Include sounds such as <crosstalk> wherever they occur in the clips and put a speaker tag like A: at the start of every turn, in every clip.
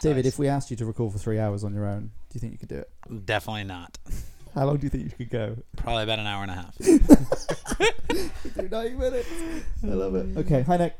A: David,
B: Nice.
A: if we asked you to record for three hours on your own, do you think you could do it?
B: Definitely not.
A: How long do you think you could go?
B: Probably about an hour and a half.
A: Through 90 minutes. <laughs> I love it. Okay, hi Nick.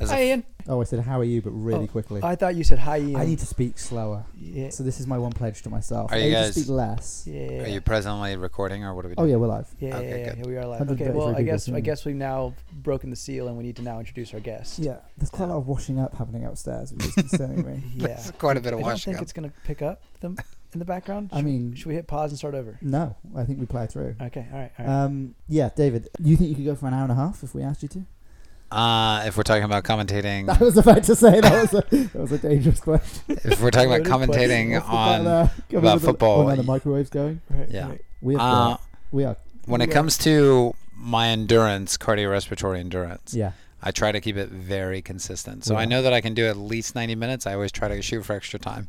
B: As a-
C: Hi, Ian.
A: Oh, I said how are you, but really
C: Oh,
A: quickly. I,
C: I thought you said hi, Ian.
A: need to speak slower.
C: yeah.
A: So this is my one pledge to myself.
B: Are
A: I
B: you
A: need
B: guys-
A: to speak less.
C: Yeah.
B: Are you presently recording, or what are we
A: Oh
B: doing?
A: yeah, we're live.
C: yeah,
B: Okay,
C: yeah, yeah,
B: good.
C: Here we are live.
A: 133
C: Okay, well, I
A: people,
C: guess I
A: hmm.
C: guess we've now broken the seal, and we need to now introduce our guest.
A: Yeah, there's quite a lot of washing up happening upstairs, which is concerning
C: <laughs>
A: me.
B: <laughs>
C: yeah.
B: It's quite a bit
C: I
B: of
C: don't
B: washing
C: think
B: up.
C: it's gonna pick up them in the background.
A: I
C: Should-
A: mean,
C: should we hit pause and start over?
A: no, I think we play through.
C: Okay. All right. All right.
A: Um, yeah, David, you think you could go for an hour and a half if we asked you to?
B: Mm. Uh, if we're talking about commentating,
A: I was about to say that was a, that was a dangerous
B: <laughs>
A: question.
B: if
A: <laughs>
B: we're talking about
C: Loaded question.
B: commentating
A: Off the bat
B: on,
A: there, coming
B: about
A: with the-
B: football.
A: when Oh, the microwave's going,
C: right,
B: yeah.
C: right.
A: we have
B: uh,
A: we are
B: when it
C: Yeah.
B: comes to my endurance, cardiorespiratory endurance,
A: yeah
B: I try to keep it very consistent. So I
A: Yeah.
B: know that I can do at least 90 minutes. I always try to shoot for extra time.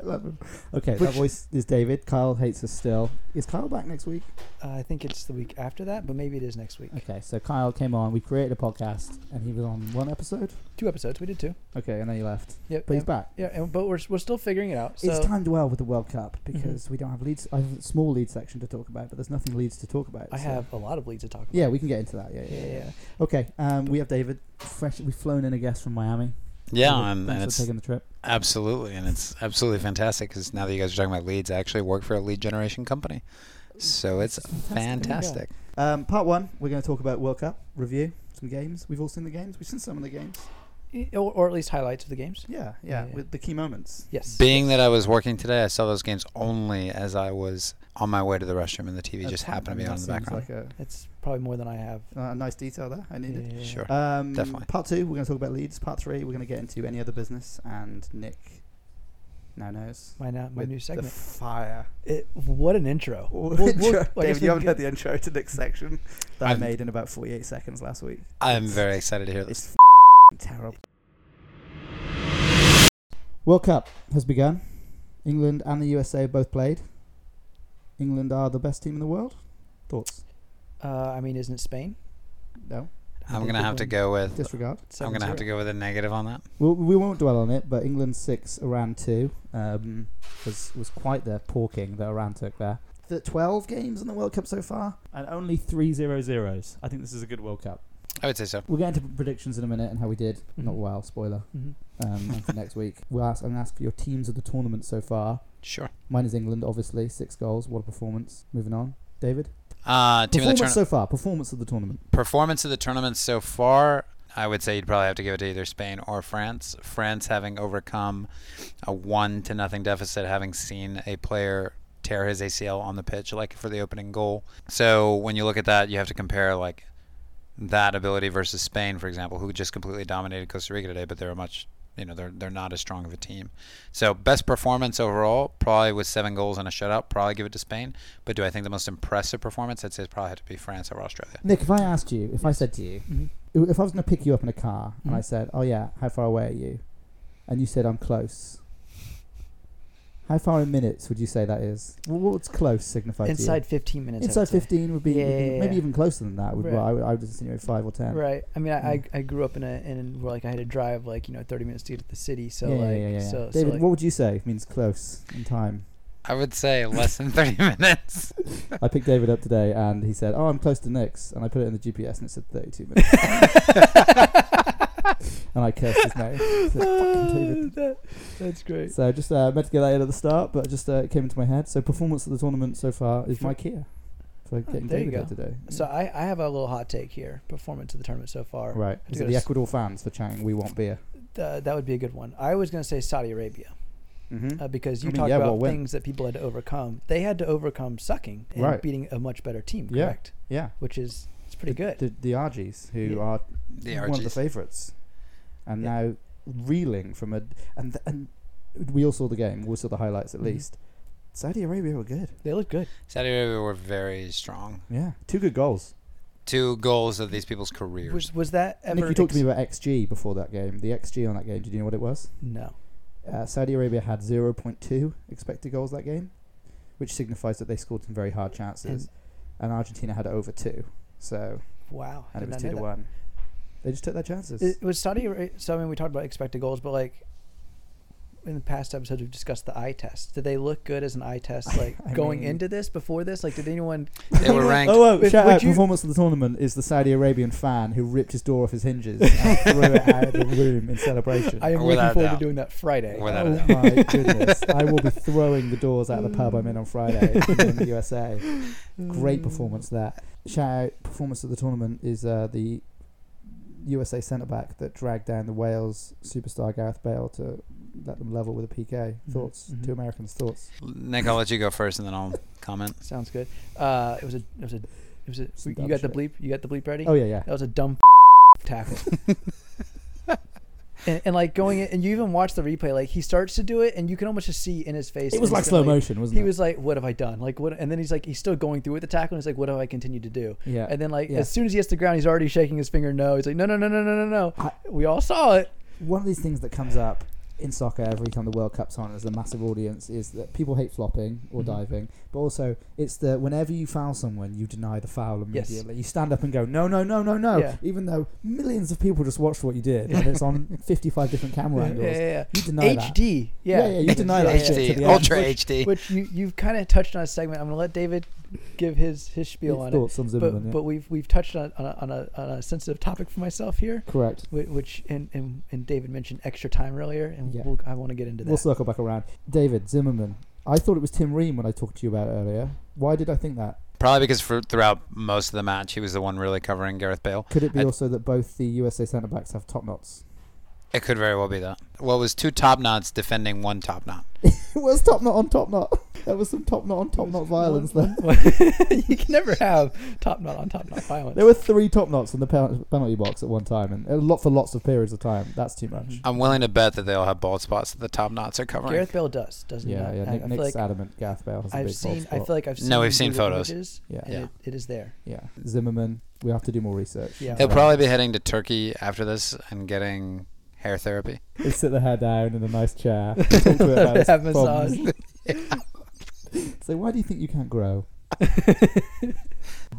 A: I love him. Okay, that
C: Which-
A: voice is David. Kyle hates us still. Is Kyle back next week?
C: Uh, I think it's the week after that, but maybe it is next week.
A: Okay, so Kyle came on. We created a podcast, and he was on one episode.
C: Two episodes. We did two.
A: Okay, and then he left,
C: Yep.
A: but he's
C: yep.
A: back.
C: Yeah, and, but we're, we're still figuring it out. So
A: it's timed well with the World Cup because we don't have leads. I have a small lead section to talk about, but there's nothing leads to talk about.
C: I
A: so-
C: have a lot of leads to talk about.
A: Yeah, we can get into that. Yeah, yeah, yeah.
C: Yeah,
A: yeah.
C: yeah.
A: Okay, um, we have David. Fresh, we've flown in a guest from Miami. David,
B: Yeah, and,
A: thanks
B: and
A: for
B: it's
A: taking the trip.
B: absolutely and it's absolutely fantastic because now that you guys are talking about leads, I actually work for a lead generation company, so it's
A: Fantastic.
B: fantastic.
A: Um, part one, we're going to talk about World Cup review, some games. We've all seen the games. We've seen some of the games.
C: Eh, Or, or at least highlights of the games.
A: Yeah, yeah,
C: Yeah, yeah.
A: with the key moments.
C: Yes.
B: Being that I was working today, I saw those games only as I was on my way to the restroom, and the TV
A: That's
B: just
A: fine.
B: happened to
A: I
B: be
A: mean,
B: on in
A: that
B: the background.
A: seems Like
C: That's probably more than I have.
A: a, a nice detail there. I needed.
C: Yeah.
B: Sure.
A: Um,
B: Definitely.
A: Part two, we're going to talk about leads. Part three, we're going to get into any other business. And Nick now knows.
C: My now, my
A: with
C: new
A: The
C: segment.
A: fire.
C: It, what an intro.
A: Or
C: We'll- we'll-
A: intro.
C: I guess
A: David,
C: we
A: you haven't
C: can
A: heard the intro to Nick's section that i
B: I've-
A: made in about 48 seconds last week.
B: I'm very excited to hear this.
A: It's f***ing terrible. World Cup has begun. England and the USA both played. England are the best team in the world. Thoughts?
C: get- Uh, I mean, isn't it Spain?
A: No.
B: I'm gonna have to go with
A: Disregard.
B: I'm gonna have to go with a negative on that.
A: Well, we won't dwell on it, but England six, Iran two, um, was was quite the porking that Iran took there. The twelve games in the World Cup so far, and only three zero zeros. I think this is a good World Cup. Mm-hmm.
B: I would say so.
A: We'll get into predictions in a minute and how we did. Not
C: Mhm.
A: well, spoiler.
C: hmm
A: Um, <laughs> and for next week, we'll ask. I'm gonna ask for your teams of the tournament so far.
B: Sure.
A: Mine is England, obviously, six goals. What a performance! Moving on, David.
B: Uh, team of the
A: performance
B: tournament.
A: so far. Performance of the tournament.
B: performance of the tournament so far, I would say you'd probably have to give it to either Spain or France. France having overcome a one to nothing deficit, having seen a player tear his ACL on the pitch, like for the opening goal. So when you look at that, you have to compare like that ability versus Spain, for example, who just completely dominated Costa Rica today, but they're a much you know they're they're not as strong of a team. So best performance overall, probably with seven goals and a shutout, probably give it to Spain. But do I think the most impressive performance? I'd say it's probably had to be France over Australia.
A: Nick, if I asked you, if I said to you,
C: hmm
A: if I was going to pick you up in a car and I
C: Mhm.
A: said, "Oh yeah, how far away are you?" and you said, "I'm close," how far in minutes would you say that is? Wh- What's close signify
C: Inside
A: to
C: 15
A: you?
C: minutes. I
A: Inside
C: would say.
A: fifteen would be
C: Yeah,
A: would be-
C: yeah,
A: maybe
C: yeah.
A: even closer than that. Would
C: Right.
A: well, I, would, I would insinuate five or ten.
C: Right. I mean, I,
A: Mm.
C: I I grew up in a in where like I had to drive like you know 30 minutes to get to the city. So
A: yeah, yeah,
C: like
A: yeah, yeah, yeah.
C: so
A: David,
C: so, like,
A: what would you say means close in time?
B: I would say less than 30 <laughs> minutes.
A: I picked David up today, and he said, "Oh, I'm close to Nick's," and I put it in the GPS, and it said 32
C: <laughs>
A: minutes, and I cursed his
C: <laughs>
A: name. I said, "Fucking David."
C: that, that's great.
A: So just uh, meant to get that in at the start, but just uh, it came into my head. So performance of the tournament so far is my Kia for getting
C: Oh, there you
A: David out
C: go.
A: today.
C: So uh, I, I have a little hot take here. Performance of the tournament so far.
A: right, is it the
C: Yes.
A: Ecuador fans for chanting "We want beer"?
C: Uh, that would be a good one. I was gonna say Saudi Arabia
A: Mm-hmm.
C: uh, because
A: I
C: you
A: mean,
C: talked
A: yeah, well,
C: about
A: when-
C: things that people had to overcome. They had to overcome sucking and
A: Right.
C: beating a much better team.
A: Yeah.
C: Correct.
A: yeah,
C: Which is it's pretty good.
A: the the Argies who
C: Yeah.
A: are
B: The
A: one of the
B: RGs.
A: favourites, and
C: Yeah.
A: now reeling from a and and we all saw the game. We all saw the highlights at
C: Mhm.
A: least. Saudi Arabia were good.
C: they look good.
B: Saudi Arabia were very strong.
A: Yeah, two good goals.
B: Two goals of these people's careers.
C: Was was that ever?
A: Nick, you talked to me
C: ex-
A: about XG before that game. The XG on that game. Did you know what it was?
C: No.
A: Uh, Saudi Arabia had 0.2 expected goals that game, which signifies that they scored some very hard chances. And, Argentina had over two, so
C: Wow.
A: and it
C: did
A: was
C: not
A: two to
C: know that.
A: one. They just took their chances.
C: It was Saudi Arabia. So I mean, we talked about expected goals, but like in the past episodes we've discussed the eye test. Did they look good as an eye test, like
A: <laughs> I
C: going
A: mean-
C: into this, before this? Like, did anyone?
B: They were ranked.
A: Oh, oh
C: If-
A: shout
C: would
A: out
C: you-
A: performance of the tournament is the Saudi Arabian fan who ripped his door off his hinges <laughs> and threw it out of the room in celebration.
C: I am
B: Without
C: looking
B: a
C: forward
B: doubt.
C: to doing that Friday.
B: Without
A: oh
B: a doubt.
A: my
C: <laughs>
A: goodness! I will be throwing the doors out of the pub I'm in on
C: <laughs>
A: Friday in the <laughs> USA.
C: Mm.
A: Great performance there. Shout out performance of the tournament is uh, the USA centre back that dragged down the Wales superstar Gareth Bale to let them level with a PK.
C: Mhm,
A: Thoughts?
C: mhm.
A: Two Americans' thoughts.
B: Nick, I'll let you go first, and then I'll comment.
C: Sounds good. Uh, it was a, it was a, it was a.
A: Some
C: You
A: dumb
C: got the
A: shit.
C: bleep. You got the bleep ready.
A: Oh yeah, yeah.
C: That was
A: <laughs>
C: a dumb tackle. and, and like going in, and you even watch the replay. Like he starts to do it, and you can almost just see in his face.
A: It was like slow
C: instantly-
A: motion, wasn't
C: He
A: it?
C: was like, "What have I done?" Like what? And then he's like, he's still going through with the tackle. And he's like, "What have I continued to do?"
A: yeah.
C: And then like
A: Yeah.
C: as soon as he hits the ground, he's already shaking his finger no. He's like, "No, no, no, no, no, no, no."
A: I-
C: we all saw it.
A: one of these things that comes up in soccer every time the World Cup's on as a massive audience is that people hate flopping or
C: Mhm.
A: diving, but also it's that whenever you foul someone, you deny the foul
C: Yes.
A: immediately. You stand up and go, no, no, no, no, no,
C: Yeah.
A: even though millions of people just watched what you did and it's
C: <laughs>
A: on 55 different camera
C: Yeah,
A: angles.
C: yeah,
A: You deny
C: yeah.
A: that.
C: HD. Yeah.
A: Yeah, yeah, you deny that shit to
B: HD,
A: the
B: ultra
C: end.
B: HD.
C: <laughs> Which you you've kind of touched on a segment. I'm gonna let David give his his spiel
A: Your
C: on it.
A: thoughts on Zimmerman,
C: But
A: yeah.
C: but we've we've touched on on a, on a, on a sensitive topic for myself here,
A: Correct.
C: whi- which and and, and David mentioned extra time earlier, and
A: Yeah.
C: we'll, I want to get into that.
A: We'll circle back around. David Zimmerman. I thought it was Tim Ream when I talked to you about it earlier. Why did I think that?
B: Probably because for, throughout most of the match, he was the one really covering Gareth Bale.
A: Could it be
B: I-
A: also that both the USA centre backs have top knots?
B: It could very well be that. Well, it was two top knots defending one top knot.
A: <laughs> It was top knot on top knot. <laughs> That was some top knot on top knot violence there.
C: <laughs> you can never have top knot on top knot violence.
A: There were three top knots in the pen- penalty box at one time, and a lot for lots of periods of time. That's too much.
B: I'm willing to bet that they all have bald spots that the top knots are covering.
C: Gareth Bale does, doesn't he?
A: Yeah, yeah.
C: not? I-
A: Nick,
C: I feel
A: Nick's
C: like
A: adamant. Gareth Bale has a big
C: I've
A: bald
C: seen. I
A: spot.
C: feel like I've seen.
B: No, we've seen
C: Google
B: photos.
C: images,
A: Yeah.
C: and
B: Yeah.
C: It, it is there.
A: yeah. Zimmerman. We have to do more research.
C: Yeah.
B: He'll probably be heading to Turkey after this and getting hair therapy.
A: They sit their hair down in a nice
C: <laughs>
A: chair. Talk to it about its
C: Have massage.
A: problems. <laughs> So why do you think you can't
C: <laughs>
A: grow?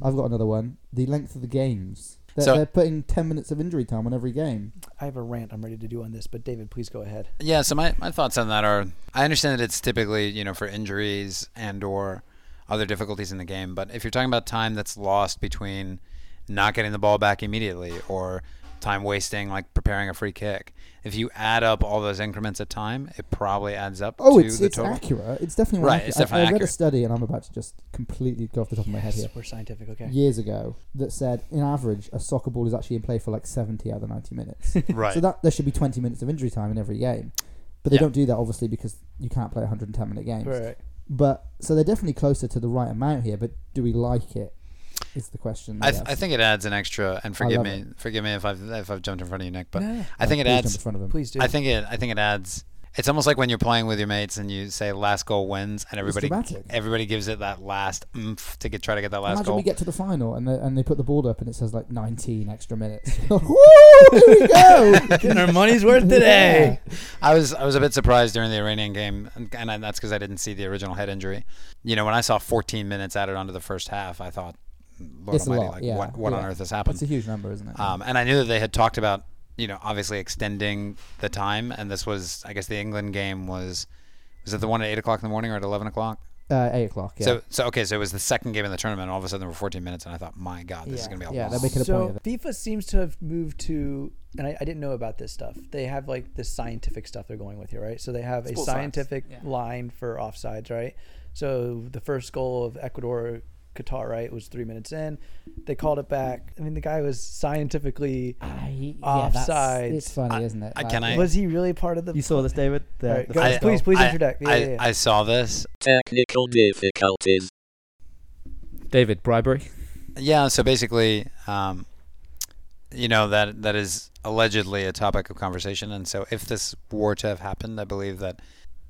A: I've got another one. The length of the games. They're,
B: So-
A: they're putting ten minutes of injury time on every game.
C: I have a rant I'm ready to do on this, but David, please go ahead.
B: Yeah, so my, my thoughts on that are I understand that it's typically, you know, for injuries and or other difficulties in the game, but if you're talking about time that's lost between not getting the ball back immediately or time wasting like preparing a free kick, if you add up all those increments of time, it probably adds up
A: Oh,
B: to
A: it's,
B: the
A: it's
B: total.
A: accurate. It's definitely one
B: Right,
A: accurate.
B: it's
A: I-
B: definitely
A: I, read a
B: accurate.
A: study, and I'm about to just completely go off the top of my head
C: Yes,
A: here.
C: We're scientific, okay?
A: Years ago, that said, in average, a soccer ball is actually in play for like 70 out of 90 minutes.
B: <laughs> Right.
A: So that there should be 20 minutes of injury time in every game, but they
B: Yeah.
A: don't do that obviously because you can't play 110 minute games.
C: Right, right.
A: But so they're definitely closer to the right amount here. But do we like it? Is the question.
B: I,
A: that
B: th-
A: I've-
B: I think it adds an extra and forgive
A: love
B: me forgive me if I've if I've jumped in front of you, Nick, but
C: No, no,
B: I think it
A: Please jump
B: adds
A: in front of him.
C: please do.
B: I think it. I think it adds. It's almost like when you're playing with your mates and you say "last goal wins" and everybody
A: dramatic.
B: everybody gives it that last oomph to get try to get that last
A: Imagine
B: goal.
A: we get to the final and they, and they put the board up and it says like 19 extra
B: <laughs>
A: minutes. <laughs> Woo! Here we go.
C: Getting our money's worth today.
B: I was I was a bit surprised during the Iranian game, and, and I- that's because I didn't see the original head injury. You know, when I saw 14 minutes added onto the first half, I thought, Lord
A: It's a
B: Almighty,
A: lot,
B: like
A: yeah,
B: what what on
A: yeah.
B: earth has
A: It's a
B: happened?
A: huge number, isn't it?
B: Um, and I knew that they had talked about you know obviously extending the time, and this was I guess the England game was was it the one at eight o'clock in the morning or at 11 o'clock?
A: uh, eight o'clock. Yeah.
B: So, so okay, so it was the second game in the tournament. and All of a sudden, there were 14 minutes, and I thought, my God, this is
C: Yeah.
B: going to be a
A: Yeah,
B: long.
A: they're making a point
C: so
A: of it.
C: FIFA seems to have moved to, and I, I didn't know about this stuff. They have like this scientific stuff they're going with here, right? So they have a
B: Full science,
C: scientific
A: yeah.
C: line for offsides, right? So the first goal of Ecuador, Qatar, right, was three minutes in. They called it back. I mean, the guy was scientifically.
A: I,
C: that's- Offsides.
A: It's funny,
B: I-
A: isn't it?
B: I- can I-
C: Was he really part of the?
A: You saw this, David? The,
C: All right,
A: the
C: go-
A: first
C: please,
A: goal.
C: please
B: I-
C: introduce. Yeah,
B: I,
C: yeah, yeah.
B: I saw this.
D: Technical difficulties.
A: David bribery.
B: Yeah, so basically, um, you know that that is allegedly a topic of conversation, and so if this were to have happened, I believe that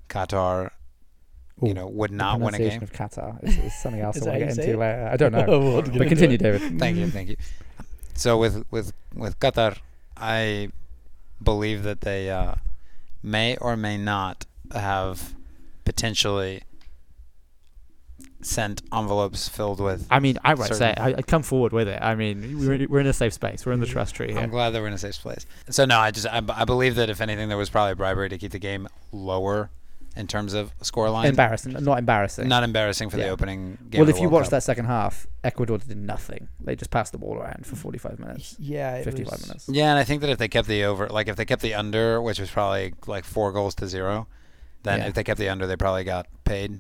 B: Qatar,
E: Ooh,
B: you know, would not win a
E: pronunciation
B: game.
E: of Qatar is, is something else
C: Is
E: I want to
C: that how you
E: get
C: say
E: into
C: it?
E: later. I don't
A: <laughs>
E: know.
C: <laughs> We'll get
E: but
C: into
E: continue,
C: it.
E: David.
B: Thank
A: Mm-hmm.
B: you, thank you. So with with with Qatar, I believe that they uh, may or may not have potentially sent envelopes filled with.
F: I mean, I would say
B: Certain-
F: I, I come forward with it. I mean, we're, we're in a safe space. We're in the
A: Mm.
F: trust tree
B: I'm
F: here.
B: glad that we're in a safe place. So no, I just I, I believe that if anything, there was probably bribery to keep the game lower in terms of score line.
A: embarrassing, not embarrassing.
B: Not embarrassing for the
A: Yeah.
B: opening game.
A: well,
B: of
A: if
B: the
A: you
B: World
A: watch
B: Cup.
A: that second half, Ecuador did nothing. They just passed the ball around for 45 minutes,
C: Yeah, it
A: 55
C: was-
A: minutes.
B: Yeah, and I think that if they kept the over, like if they kept the under, which was probably like four goals to zero, then
A: Yeah.
B: if they kept the under, they probably got paid.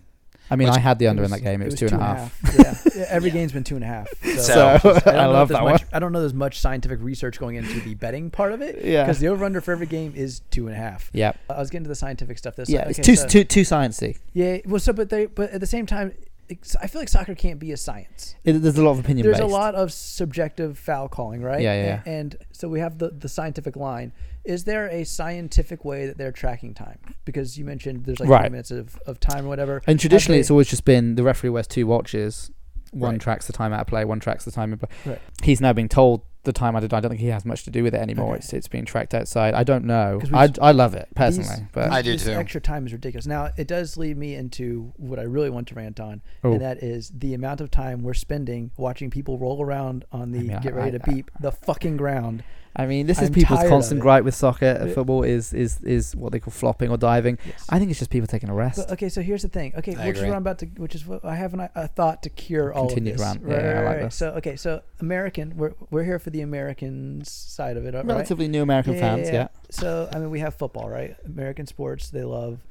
A: I mean,
B: Which-
A: I had the
C: it
A: under in that game. It was, two and a half.
C: Yeah. yeah, every game's been two and a half. So,
A: <laughs>
B: So-
A: So I
C: don't know
A: love
C: if there's
A: that
C: much,
A: one.
C: I don't know there's much scientific research going into the betting part of it
A: Yeah.
C: because the over under for every game is two and a half.
A: Yeah.
C: I was getting to the scientific stuff. This
A: Yeah,
C: time.
A: it's
C: Okay,
A: too,
C: so- uh,
A: too, too sciencey.
C: Yeah, well, so but they but at the same time, it's, I feel like soccer can't be a science.
A: It, there's a lot of opinion
C: There's
A: based.
C: a lot of subjective foul calling, right?
A: Yeah, yeah,
C: A- And, so we have the the scientific line. Is there a scientific way that they're tracking time? Because you mentioned there's like
A: Right.
C: three minutes of, of time or whatever.
A: And traditionally,
C: they-
A: it's always just been the referee wears two watches. One
C: Right.
A: tracks the time out of play, one tracks the time in play.
C: Right.
A: He's now being told the time out of play. I don't think he has much to do with it anymore.
C: Okay.
A: It's, it's being tracked outside. I don't know.
C: 'Cause we've-
A: I, I love it personally,
C: These-
A: but
B: I do
C: this
B: too.
C: Extra time is ridiculous. Now it does lead me into what I really want to rant on,
A: Oh.
C: and that is the amount of time we're spending watching people roll around on the
A: mean,
C: get
A: I-
C: ready
A: I-
C: to beep the fucking ground.
A: I mean, this is
C: I'm
A: people's
C: tired of
A: constant
C: it.
A: gripe with soccer.
C: Yeah.
A: Football is is is what they call flopping or diving. I think it's just people taking a rest.
C: But, okay, so here's the thing. Okay,
B: I
C: which is
B: agree.
C: what I'm about to, which is what I have an, a thought to cure all
A: Continued
C: of this.
A: rant. Yeah, yeah, I like this.
C: So okay, so American, we're we're here for the American side of it, uh, right?
A: Relatively new American fans, yeah.
C: So I mean, we have football, right? American sports, they love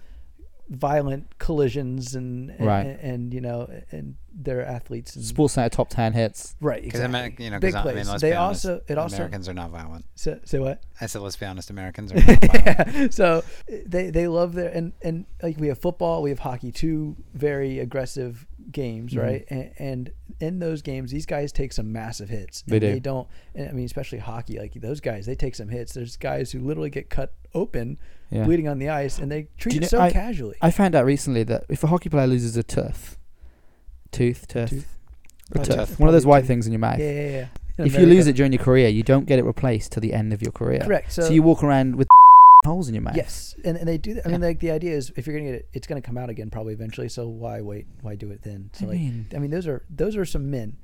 C: violent collisions and and,
A: Right.
C: and, you know and their athletes and
A: Sports Center top ten hits.
C: right
B: Because
C: exactly.
B: you know, 'cause
C: big
B: I- I
C: plays.
B: mean, let's
C: they
B: be honest,
C: also it also
B: Americans are not violent.
C: so, say what?
B: I said, let's be honest,
C: <laughs>
B: Americans are not violent.
C: so they they love their and and like we have football, we have hockey, two very aggressive games,
A: Mm-hmm.
C: right? And, and in those games, these guys take some massive hits.
A: They
C: And
A: do.
C: They don't. And I mean, especially hockey, like those guys, they take some hits. There's guys who literally get cut open,
A: Yeah.
C: bleeding on the ice, and they treat
A: you
C: it
A: know-
C: so
A: I-
C: casually.
A: I found out recently that if a hockey player loses a tooth, tooth, tooth,
C: Tooth?
A: a
C: Oh,
A: tooth,
B: tooth.
A: one of those
C: Probably
A: white
C: tooth.
A: things in your mouth.
C: yeah, yeah, yeah. In
A: If you lose
C: America.
A: it during your career, you don't get it replaced till the end of your career.
C: correct.
A: So,
C: So,
A: you walk around with <laughs> holes in your mouth.
C: Yes, and, and they do that. I mean,
A: Yeah.
C: like the idea is, if you're gonna get it, it's gonna come out again probably eventually. So why wait? Why do it then?
A: I
C: So like,
A: mean,
C: I mean, those are those are some men.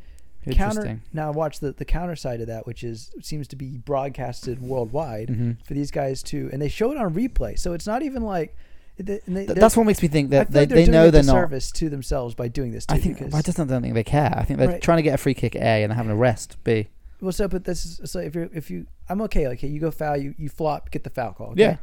C: Counter
A: interesting.
C: now, watch the the counter side of that, which is seems to be broadcasted worldwide
A: Mhm.
C: for these guys too, and they show it on replay. So it's not even like th- and they,
A: Th- that's what makes me think
C: they're- I
A: that
C: feel
A: they,
C: like
A: they
C: doing
A: know
C: a
A: they're not.
C: service to themselves by doing this. Too,
A: I think
C: because,
A: I just don't think they care. I think they're
C: Right.
A: trying to get a free kick A and they're having a rest B.
C: well, so but this is so if you are if you I'm okay. Like you go foul, you you flop, get the foul call. Okay?
A: Yeah.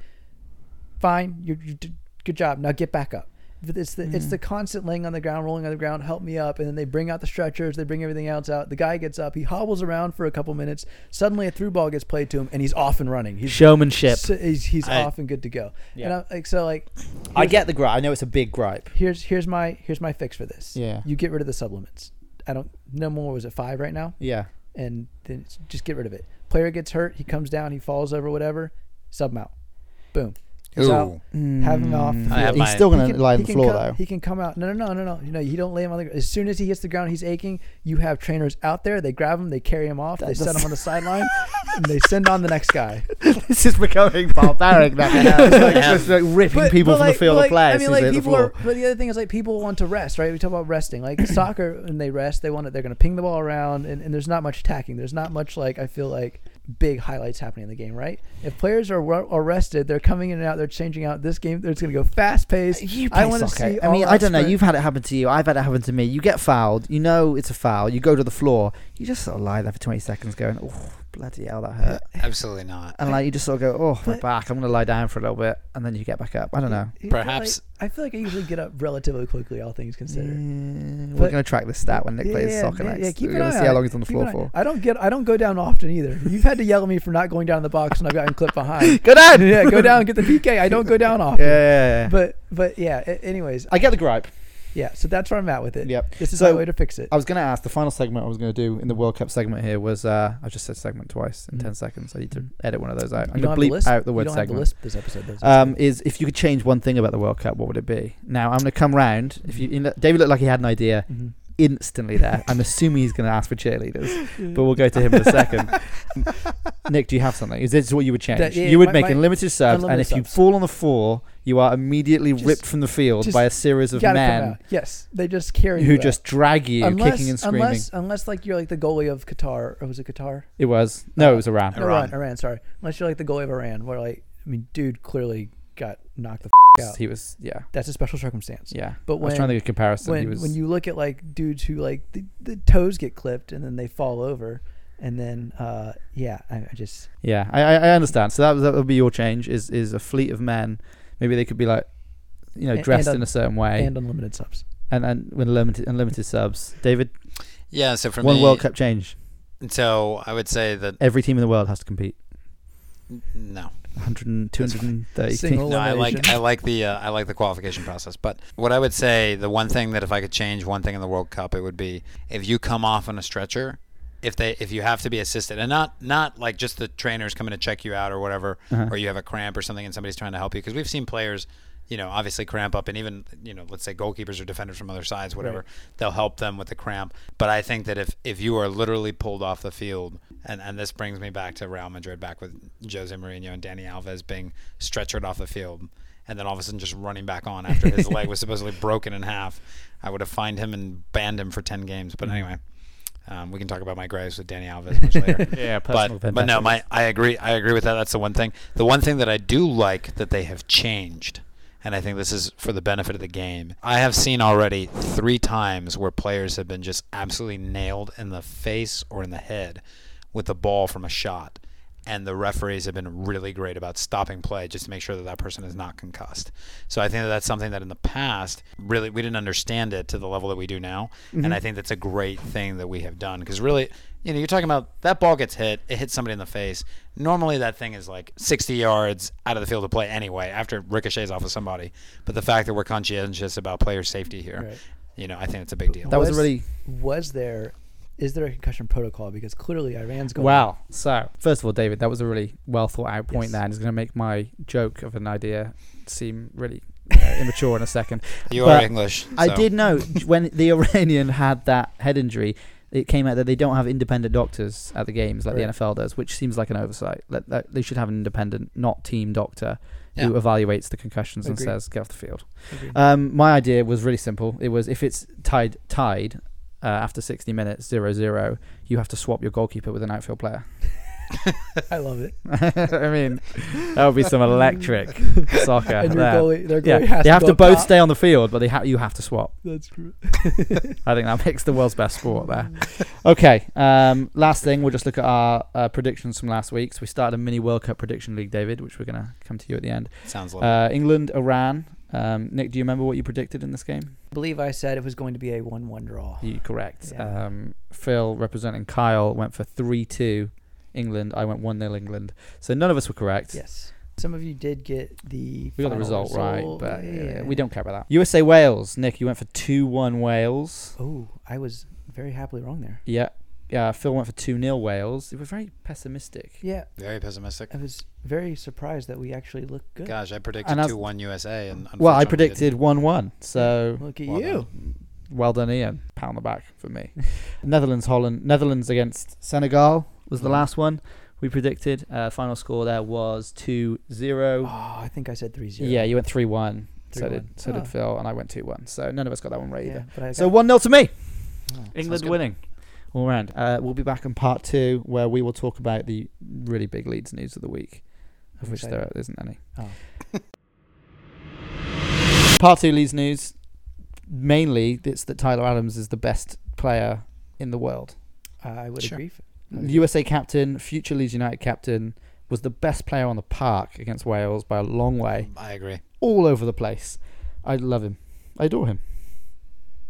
C: fine. You you did good job. Now get back up. But It's the it's
A: Mhm.
C: the constant laying on the ground, rolling on the ground. Help me up, and then they bring out the stretchers. They bring everything else out. The guy gets up. He hobbles around for a couple minutes. Suddenly, a through ball gets played to him, and he's off and running. He's
A: Showmanship.
C: so- he's, he's
B: I-
C: off and good to go.
A: Yeah.
C: And I'm, like so, like
A: I get the gripe. I know it's a big gripe.
C: here's here's my here's my fix for this.
A: Yeah.
C: you get rid of the supplements. I don't no more. Was it five right now?
A: Yeah.
C: And then it's- just get rid of it. Player gets hurt. He comes down. He falls over. Whatever. Sub him out. Boom. He's out.
B: Ooh.
C: Have him off.
A: Mm.
C: I
B: have
A: He's
B: my-
A: still
C: He
A: going to
C: can-
A: lie on
C: he
A: the
C: can
A: floor
C: come-
A: though.
C: He can come out. No, no, no, no, no. You know, you don't lay him on the ground. As soon as he hits the ground, he's aching. You have trainers out there. They grab him. They carry him off.
A: That-
C: they set
A: that's- <laughs>
C: him on the sideline, and they send on the next guy.
A: this is becoming barbaric <laughs> now. It's like,
B: Yeah.
A: it's like ripping people from the field of play.
C: I
A: as soon
C: mean,
A: as
C: like
A: they hit the
C: people are.
A: floor.
C: But the other thing is, like people want to rest, right? We talk about resting.
A: <laughs>
C: Like soccer, when they rest, they want it. They're going to ping the ball around, and, and there's not much attacking. There's not much like I feel like big highlights happening in the game, right? If players are, wa- are rested, they're coming in and out. They're changing out. This game, it's going to go fast paced.
A: You
C: I
A: play
C: wanna
A: soccer.
C: see
A: I mean,
C: all
A: I
C: out
A: don't know.
C: sprint.
A: You've had it happen to you. I've had it happen to me. You get fouled. You know it's a foul. You go to the floor. You just sort of lie there for 20 seconds going, oh, bloody hell, that hurt.
B: Absolutely not.
A: And like you just sort of go, oh, my
C: But-
A: back. I'm going to lie down for a little bit. And then you get back up. I don't know.
C: You feel
B: Perhaps-
C: like- I feel like I usually get up relatively quickly, all things considered.
A: Mm, we're
C: But-
A: going to track this stat when Nick plays
C: Yeah,
A: soccer
C: yeah,
A: next.
C: yeah, keep
A: we're
C: an
A: going
C: eye
A: to see how
C: on
A: long
C: it.
A: he's on the
C: Keep
A: floor
C: an eye-
A: for.
C: I don't get. I don't go down often either. You've had to yell at me for not going down the box, and I've gotten clipped
A: <laughs>
C: behind.
A: Go down!
C: yeah, go down, get the PK. I don't
A: <laughs>
C: go down
A: Yeah,
C: often.
A: yeah, yeah, yeah.
C: But but yeah. a- Anyways, uh,
A: I get the gripe.
C: yeah. So that's where I'm at with it.
A: Yep.
C: This is
A: So-
C: my way to fix it.
A: I was going to ask the final segment I was going to do in the World Cup segment here was uh, I just said segment twice in
C: Mhm.
A: 10 seconds. I need to
C: Mhm.
A: edit one of those out. uh, I'm going
C: You don't
A: to
C: have to
A: bleep
C: lisp-
A: out the
C: you
A: word
C: don't have to
A: segment.
C: lisp this episode. Though, so it's
A: um, is if you could change one thing about the World Cup, what would it be? Now I'm going to come round. If
C: Mm.
A: you, in, David looked like he had an idea
C: good.
A: Mm-hmm.
C: <laughs>
A: instantly there. I'm assuming he's going to ask for cheerleaders, but we'll go to him in a second. Nick, do you have something? Is this what you would change?
C: That- yeah,
A: you would
C: my-
A: make
C: my-
A: unlimited subs, and
C: unlimited
A: if you
C: subs.
A: fall on the floor, you are immediately
C: Just-
A: ripped from the field
C: just
A: by a series of
C: gotta come
A: men
C: out. Yes, they just carry you
A: who
C: out.
A: just drag you,
C: unless,
A: kicking and screaming.
C: Unless, unless like you're like the goalie of Qatar, or was it Qatar?
A: it was no, it was Iran.
C: No,
B: Iran.
C: Iran, Iran. Sorry, unless you're like the goalie of Iran, where like I mean, dude clearly got knocked the f- out.
A: He was yeah,
C: That's a special circumstance.
A: yeah.
C: But
A: I was trying to
C: when
A: get a comparison. he
C: when,
A: was
C: when you look at like dudes who like the, the toes get clipped and then they fall over, and then uh yeah, I, I just
A: Yeah, I, I I understand. So that was- that would be your change is is a fleet of men. Maybe they could be like, you know,
C: And-
A: dressed
C: and
A: in
C: un-
A: a certain way,
C: and unlimited subs.
A: and and with limited unlimited subs. David,
B: Yeah, so for
A: one
B: me,
A: World Cup change.
B: so I would say that
A: Every team in the world has to compete.
B: n- no,
A: 100 and 230
C: Single
A: teams.
B: no, I like
C: elimination.
B: I like the uh, I like the qualification process. But what I would say, the one thing that if I could change one thing in the World Cup, it would be if you come off on a stretcher, if they if you have to be assisted, and not not like just the trainers coming to check you out or whatever,
A: Uh-huh.
B: or you have a cramp or something and somebody's trying to help you, because we've seen players. You know, obviously cramp up, and even you know, let's say goalkeepers or defenders from other sides, whatever, they'll help them with the cramp. But I think that if if you are literally pulled off the field, and and this brings me back to Real Madrid, back with Jose Mourinho and Danny Alves being stretchered off the field, and then all of a sudden just running back on after his leg was supposedly broken in half, I would have fined him and banned him for ten games. But anyway, um, we can talk about my gripes with Danny Alves much later
F: Yeah,
B: but, but no, my I agree. I agree with that. That's the one thing. The one thing that I do like that they have changed, and I think this is for the benefit of the game. I have seen already three times where players have been just absolutely nailed in the face or in the head with the ball from a shot, and the referees have been really great about stopping play just to make sure that that person is not concussed. So I think that that's something that in the past really we didn't understand it to the level that we do now,
A: Mm-hmm.
B: and I think that's a great thing that we have done because really you know, you're talking about that ball gets hit, it hits somebody in the face. Normally, that thing is like 60 yards out of the field of play anyway, after it ricochets off of somebody. But the fact that we're conscientious about player safety here,
C: Right.
B: you know, I think it's a big deal.
A: That was a
C: Was-
A: really
C: Was there is there a concussion protocol? Because clearly Iran's going.
A: wow. So first of all, David, that was a really well thought out point
C: Yes.
A: there, and it's going to make my joke of an idea seem really uh, immature in a second.
B: you are
A: but
B: English.
A: I
B: so-
A: did know <laughs> when the Iranian had that head injury, it came out that they don't have independent doctors at the games like
C: Right.
A: the NFL does, which seems like an oversight. That, that they should have an independent, not team doctor who
B: Yeah.
A: evaluates the concussions
C: Agreed.
A: and says get off the field.
C: Agreed.
A: Um, my idea was really simple. It was if it's tied tied uh, after 60 minutes 0-0, you have to swap your goalkeeper with an outfield player.
C: <laughs>
A: <laughs>
C: I love it.
A: I mean, that would be some
C: <laughs>
A: electric soccer.
C: and your
A: there.
C: goalie, their
A: Yeah,
C: goalie has
A: they
C: to
A: have
C: go
A: to
C: up
A: both
C: top.
A: stay on the field, but they ha- you have to swap. <laughs>
C: That's true. <laughs>
A: I think that <laughs> makes the world's best sport there. Okay, um, last thing, we'll just look at our uh, predictions from last week. So we started a mini World Cup prediction league, David, which we're going to come to you at the end.
B: Sounds lovely.
A: Uh, England, Iran. Um, Nick, do you remember what you predicted in this game?
C: I believe I said it was going to be a one-one draw.
A: You correct.
C: Yeah.
A: Um, Phil, representing Kyle, went for 3 2 England. I went 1 0 England. So none of us were correct.
C: Yes. Some of you did get the.
A: We got the
C: final
A: result, right, but
C: Yeah,
A: uh,
C: yeah,
A: we
C: yeah.
A: don't care about that. USA Wales. Nick, you went for 2 1 Wales.
C: Oh, I was very happily wrong there.
A: Yeah. Yeah, Phil went for 2 0 Wales. They were very pessimistic.
C: Yeah,
B: Very pessimistic.
C: I was very surprised that we actually looked good.
B: Gosh, I predicted
A: And I-
B: 2 1 USA. and
A: Well, I
B: unfortunately
A: predicted 1 1. So
C: Look at
B: Well
C: you.
A: well done, Ian. Pound on the back for
C: <laughs>
A: me. Netherlands, Holland. Netherlands against Senegal was the
B: Mhm.
A: last one we predicted. Uh, final score there was 2
C: Oh,
A: 0.
C: I think I said three zero.
A: Yeah, you went 3 1. So
C: 3-1.
A: did, so
C: Oh.
A: did Phil, and I went 2 1. So none of us got that one right
C: yeah
A: either.
C: but I
A: So
C: got-
A: 1 0 to me.
C: oh.
B: Sounds
F: England
B: good.
F: winning.
A: All round. Uh, we'll be back in part two where we will talk about the really big leads news of the week, of
C: I'm
A: which there isn't any.
C: Oh.
A: part two leads news. Mainly, it's that Tyler Adams is the best player in the world.
C: Uh, I would
B: Sure.
C: agree. f-
A: USA captain, future Leeds United captain, was the best player on the park against Wales by a long way,
B: I agree.
A: all over the place. I love him. I adore him.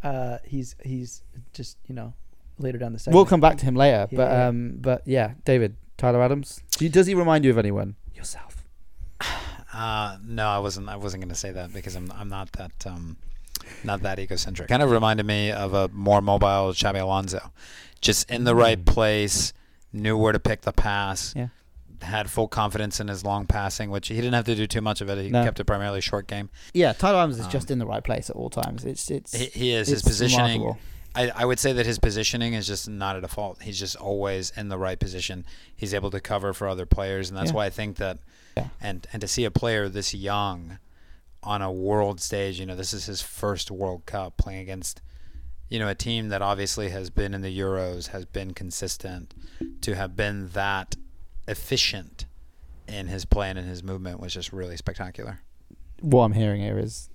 C: Uh, he's he's just you know later down the segment.
A: We'll come back to him later,
C: Yeah,
A: but
C: yeah.
A: um, but yeah, David Tyler Adams. Do you, does he remind you of anyone? Yourself.
B: Uh, no, I wasn't. I wasn't going to say that because I'm. I'm not that. Um, not that egocentric. Kind of reminded me of a more mobile Xabi Alonso, just in the right place, knew where to pick the pass.
A: Mm. Yeah.
B: Had full confidence in his long passing, which he didn't have to do too much of it. He
A: No.
B: kept it primarily short game.
A: Yeah, Tyler Adams is
B: Um,
A: just in the right place at all times. It's it's
B: He, he is
A: it's
B: his positioning.
A: remarkable.
B: I, I would say that his positioning is just not at a fault. He's just always in the right position. He's able to cover for other players, and that's
A: Yeah.
B: why I think that,
A: Yeah.
B: and and to see a player this young, on a world stage, you know, this is his first World Cup playing against, you know, a team that obviously has been in the Euros, has been consistent, to have been that efficient in his play and in his movement was just really spectacular.
A: What I'm hearing here is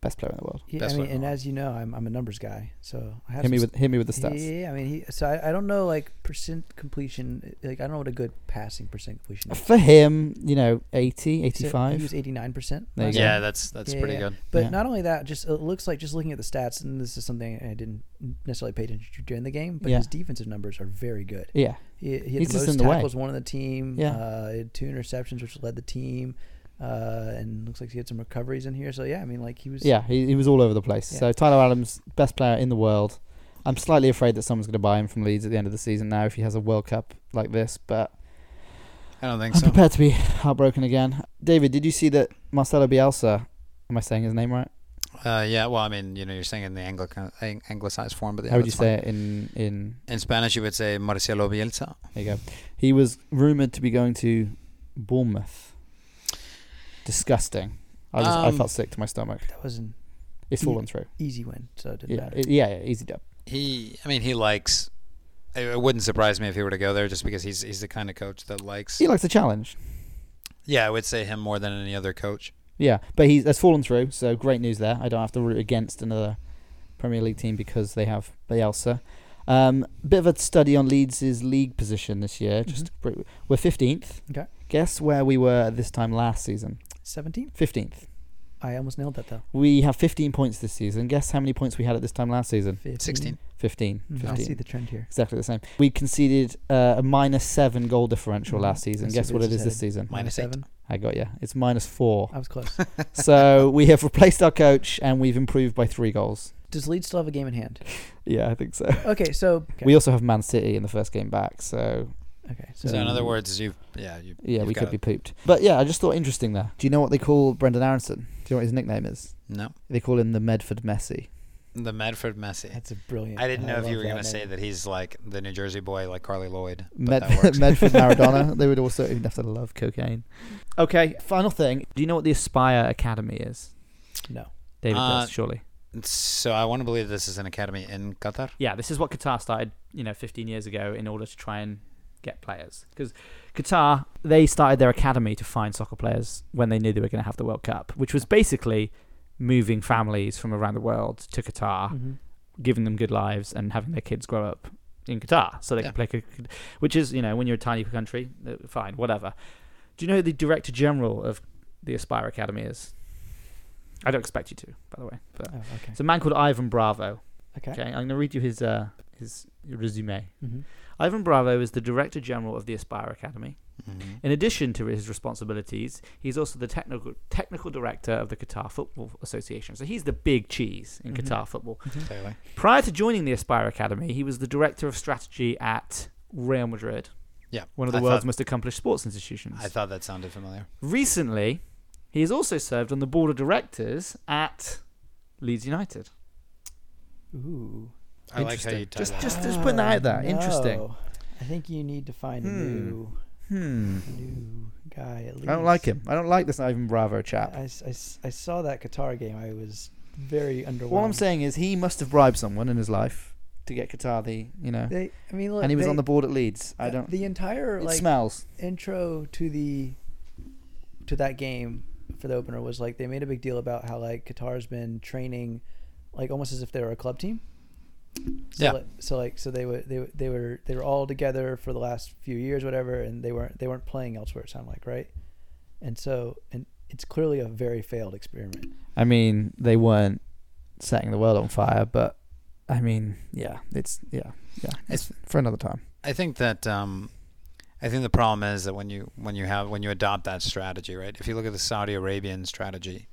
A: best player in the world.
C: Yeah, I
B: That's
C: mean,
B: what I
C: and
B: want.
C: as you know, I'm, I'm a numbers guy, so I have
A: Hit me
C: some
A: with hit me with the
C: Yeah,
A: stats.
C: Yeah, yeah, I mean, he, so I, I don't know like percent completion. Like I don't know what a good passing percent
A: <laughs>
C: completion. is.
A: For him, you know, 80,
C: So He
A: 85.
C: was eighty nine percent.
A: There you go.
B: Yeah, that's that's
C: Yeah,
B: pretty
C: yeah.
B: good.
C: But
A: Yeah.
C: not only that, just it looks like just looking at the stats, and this is something I didn't necessarily pay attention to during the game. But
A: Yeah.
C: his defensive numbers are very good.
A: Yeah.
C: He, he had
A: He's just
C: the
A: in
C: most
A: the way.
C: tackles, one on the team.
A: Yeah.
C: Uh, he had two interceptions, which led the team, uh, and looks like he had some recoveries in here. So yeah, I mean, like he was.
A: Yeah, he, he was all over the place.
C: Yeah.
A: So Tyler Adams, best player in the world. I'm slightly afraid that someone's going to buy him from Leeds at the end of the season now if he has a World Cup like this, but
B: I don't think
A: I'm
B: so.
A: prepared to be <laughs> heartbroken again. David, did you see that Marcelo Bielsa? Am I saying his name right?
B: Uh, yeah, well, I mean, you know, you're saying in the Anglican, ang- anglicized form, but yeah,
A: How would you
B: that's fine.
A: say it in in?
B: In Spanish, you would say Marcelo Bielsa.
A: There you go. He was rumored to be going to Bournemouth. Disgusting. I was, I
B: Um,
A: felt sick to my stomach.
C: that was an
A: It's
C: he-
A: fallen through.
C: easy win, so it didn't
A: Yeah,
C: matter.
A: it- e yeah, yeah, easy dub.
B: He, I mean, he likes. It it wouldn't surprise me if he were to go there, just because he's he's the kind of coach that likes.
A: He likes the challenge.
B: Yeah, I would say him more than any other coach.
A: Yeah, but he has fallen through, so great news there. I don't have to root against another Premier League team because they have Bielsa. Um, bit of a study on Leeds' league position this year. Just br- we're fifteenth.
C: Mm-hmm. Okay.
A: Guess where we were this time last season?
C: Seventeen.
A: Fifteenth.
C: I almost nailed that though.
A: We have fifteen points this season. Guess how many points we had at this time last season?
C: 15.
B: 16.
A: Fifteen.
C: Mm,
A: 15.
C: I see the trend here.
A: Exactly the same. We conceded uh, a minus seven goal differential
C: Mhm.
A: last season.
C: That's
A: Guess
C: what
A: what it
C: it
A: is
C: is
A: this season?
B: Minus eight.
C: seven.
A: I got you. It's minus
C: <laughs>
A: four.
C: I was close.
B: <laughs>
A: so we have replaced our coach and we've improved by three goals.
C: Does Leeds still have a game in hand?
A: Yeah, I think so.
C: Okay, so okay,
A: We also have Man City in the first game back, so
C: okay, so,
B: So in
A: Um,
B: other words, you yeah you
A: yeah,
B: you've
A: we could
B: got
A: be
B: it.
A: pooped. But yeah, I just thought interesting there. Do you know what they call Brendan Aronson? Do you know what his nickname is?
B: no
A: They call him the Medford Messi.
B: the Medford Messi.
C: that's a brilliant.
B: I didn't know if
C: love
B: you were gonna
C: name.
B: say that he's like the New Jersey boy, like Carly Lloyd. But
A: Med-
B: that
A: <laughs>
B: works. <laughs>
A: Medford Maradona. They would also even have to love cocaine. Okay, final thing.
F: Do you know what the Aspire Academy is?
C: No.
F: David
B: Uh,
F: does, surely.
B: so I want to believe this is an academy in Qatar.
F: Yeah, this is what Qatar started, you know, 15 years ago in order to try and get players. Because Qatar, they started their academy to find soccer players when they knew they were going to have the World Cup, which was basically moving families from around the world to Qatar,
C: Mhm.
F: giving them good lives, and having their kids grow up in Qatar so they
B: Yeah.
F: can play. cricket, Which is, you know, when you're a tiny country, uh, fine, whatever. Do you know who the director general of the Aspire Academy is? I don't expect you to, by the way. But
C: Oh, okay.
F: it's a man called Ivan Bravo.
C: Okay.
F: Okay, I'm going to read you his uh, his resume.
C: Mhm.
F: Ivan Bravo is the Director General of the Aspire Academy.
B: Mhm.
A: Mm-hmm.
F: In addition to his responsibilities, he's also the technical technical director of the Qatar Football Association. So he's the big cheese in
C: Mhm.
F: Qatar football.
B: Clearly.
F: Prior to joining the Aspire Academy, he was the director of strategy at Real Madrid,
B: Yeah,
F: one of the
B: I
F: world's
B: thought-
F: most accomplished sports institutions.
B: I thought that sounded familiar.
F: Recently, he has also served on the board of directors at Leeds United.
C: Oow.
B: I like how
A: Interesting.
B: you tie
A: Just-
B: that
A: just-
B: up.
A: putting that out
C: Oh,
A: there. Interesting.
C: no. I think you need to find a
A: Hmm.
C: new
A: Hmm.
C: new guy at least.
A: I don't like him. I don't like this Ivan Bravo chap.
C: I, s- I s- I saw that Qatar game. I was very underwhelmed.
A: All I'm saying is he must have bribed someone in his life to get Qatar the you know,
C: They, I mean, look,
A: and he was
C: they-
A: on the board at Leeds. I
C: uh,
A: don't.
C: The entire
A: It
C: like
A: smells.
C: intro to the to that game for the opener was like they made a big deal about how like Qatar's been training like almost as if they were a club team. So
B: Yeah.
C: Like, so like so they were they were- they were they were all together for the last few years whatever and they weren't they weren't playing elsewhere it sounded like right, and so and it's clearly a very failed experiment.
A: I mean, they weren't setting the world on fire, but I mean, yeah, it's yeah, yeah. It's for another time.
B: I think that um, I think the problem is that when you when you have when you adopt that strategy, right? If you look at the Saudi Arabian strategy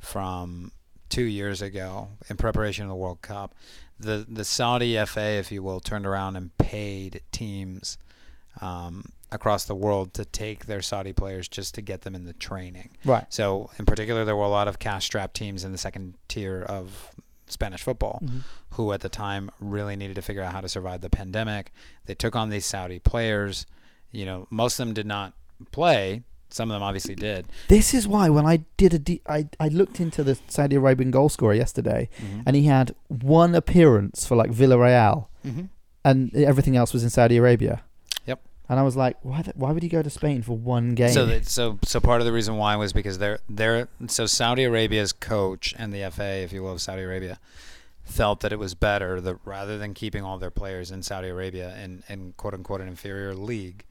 B: from two years ago in preparation of the World Cup, the the Saudi FA, if you will, turned around and paid teams um, across the world to take their Saudi players just to get them in the training.
A: Right.
B: So, in particular, there were a lot of cash strapped teams in the second tier of Spanish football
C: Mhm.
B: who at the time really needed to figure out how to survive the pandemic. They took on these Saudi players. You know, most of them did not play. Some of them obviously did.
A: This is why when I did a de- I, I looked into the Saudi Arabian goal scorer yesterday, and he had one appearance for like Villarreal,
B: Mhm.
A: and everything else was in Saudi Arabia.
B: Yep.
A: And I was like, why? The, why would he go to Spain for one game?
B: So, that, so, so part of the reason why was because they're they're so Saudi Arabia's coach and the FA, if you will, of Saudi Arabia, felt that it was better that rather than keeping all their players in Saudi Arabia in, in quote unquote an inferior league,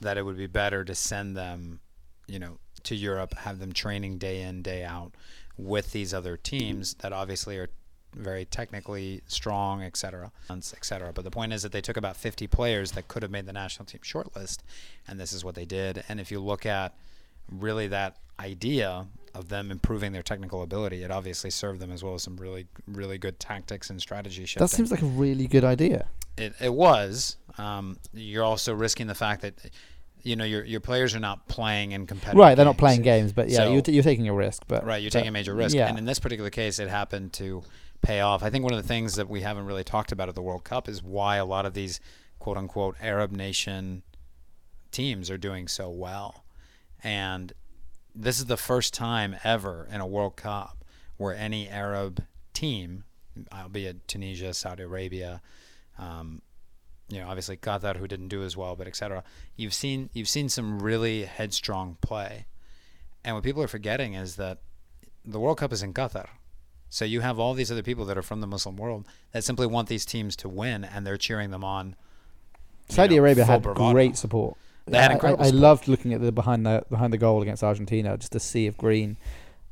B: that it would be better to send them, you know, to Europe, have them training day in day out with these other teams that obviously are very technically strong, et cetera, et cetera. But the point is that they took about 50 players that could have made the national team shortlist, and this is what they did. And if you look at really that idea of them improving their technical ability, it obviously served them as well as some really, really good tactics and strategy shifting.
A: that seems like a really good idea.
B: It, it was. Um, you're also risking the fact that, you know, your, your players are not playing in competitive
A: Right, they're not
B: games.
A: playing games, but yeah,
B: So-
A: you're, t- you're taking a risk. But
B: Right, you're
A: but-
B: taking a major risk.
A: Yeah.
B: And in this particular case, it happened to pay off. I think one of the things that we haven't really talked about at the World Cup is why a lot of these quote unquote Arab nation teams are doing so well. And this is the first time ever in a World Cup where any Arab team, albeit Tunisia, Saudi Arabia, um, you know, obviously Qatar, who didn't do as well, but etc. You've seen you've seen some really headstrong play, and what people are forgetting is that the World Cup is in Qatar, so you have all these other people that are from the Muslim world that simply want these teams to win, and they're cheering them on. you
A: Saudi
B: know,
A: Arabia
B: full
A: had
B: bravado.
A: great support.
B: They had
A: I-
B: incredible
A: I, I
B: support.
A: loved looking at the behind the behind the goal against Argentina, just a sea of green.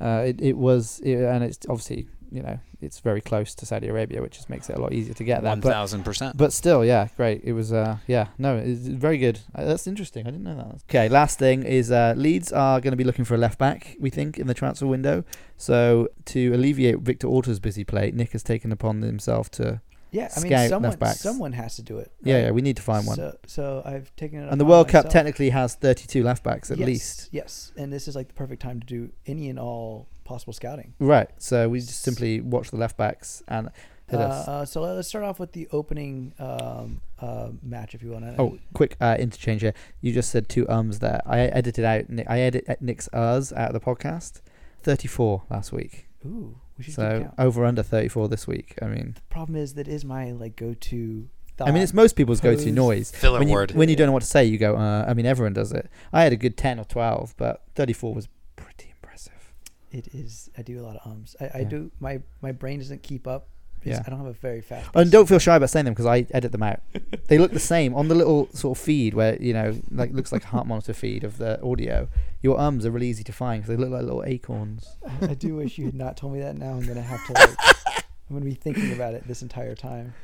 A: Uh, it, it was, it, and it's obviously you know it's very close to Saudi Arabia, which just makes it a lot easier to get there.
B: One
A: But,
B: thousand percent.
A: but still, yeah, great. It was, uh, yeah, no, it's very good. Uh, that's interesting. I didn't know that. Okay, last thing is uh, Leeds are going to be looking for a left back, we think, in the transfer window. So to alleviate Victor Orta's busy plate, Nick has taken upon himself to
C: Yeah, I mean,
A: Scout
C: someone,
A: left-backs.
C: someone has to do it.
A: yeah,
C: right?
A: yeah, we need to find one.
C: So, so I've taken it.
A: And the
C: upon
A: World Cup
C: myself.
A: technically has 32 left backs at
C: Yes,
A: least.
C: Yes, and this is like the perfect time to do any and all possible scouting.
A: Right. So we just simply watch the left backs and
C: Uh,
A: hit us.
C: uh, so let's start off with the opening um, uh, match, if you want.
A: Oh, quick uh, interchange here. You just said two ums there. I edited out. Ni- I edit at Nick's us out of the podcast. 34 last week.
C: ooh, we should keep
A: So
C: count.
A: over under 34 this week. I mean,
C: Problem is, that is my like go-to. Thought.
A: I mean it's most people's go-to
C: pose.
A: noise.
B: Filler
A: When you,
B: word.
A: when you don't know what to say, you go. Uh, I mean, everyone does it. I had a good 10 or 12, but 34 was pretty impressive.
C: It is. I do a lot of ums. I, I
A: Yeah.
C: do. My my brain doesn't keep up. It's-
A: Yeah.
C: I don't have a very fast.
A: And don't feel shy about saying them because I edit them out. they look the same on the little sort of feed where you know, like looks like a heart monitor feed of the audio. Your ums are really easy to find because they look like little acorns.
C: I, I do wish you had not told me that. Now I'm gonna
A: <laughs>
C: have to. Like, I'm gonna be thinking about it this entire time.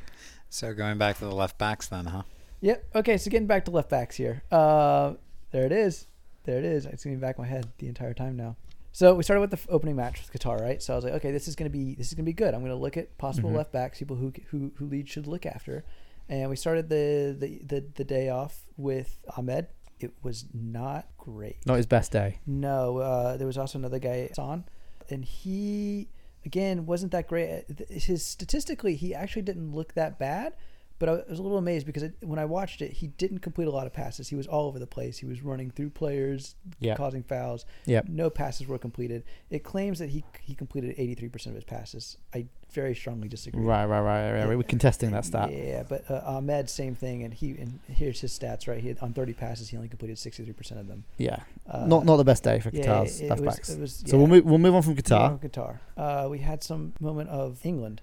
B: So going back to the left backs, then, huh?
C: Yep. Okay. So getting back to left backs here. Uh, there it is. There it is. It's gonna be back in my head the entire time now. So we started with the f- opening match with Qatar, right? So I was like, okay, this is gonna be this is gonna be good. I'm gonna look at possible
A: Mhm.
C: left backs, people who who who leads should look after, and we started the the the, the day off with Ahmed. It was not great.
A: Not his best day.
C: No, uh, there was also another guy on, and he again wasn't that great. Uh, Th- His statistically, he actually didn't look that bad, but I was a little amazed because it, when I watched it, he didn't complete a lot of passes. He was all over the place. He was running through players,
A: Yeah.
C: causing fouls.
A: Yep.
C: No passes were completed. It claims that he he completed eighty three percent of his passes. I very strongly disagree.
A: Right, right, right, right, right. We're contesting that stat.
C: Yeah, but uh, Ahmed, same thing, and he and here's his stats right here. On thirty passes, he only completed sixty three percent of them.
A: Yeah.
C: Uh,
A: not not the best day for
C: yeah,
A: Qatar's
C: it- it
A: left
C: was-
A: backs.
C: it was-
A: So we'll
C: yeah.
A: move we'll move on from Qatar.
C: Yeah, Qatar. Uh, we had some moment of England.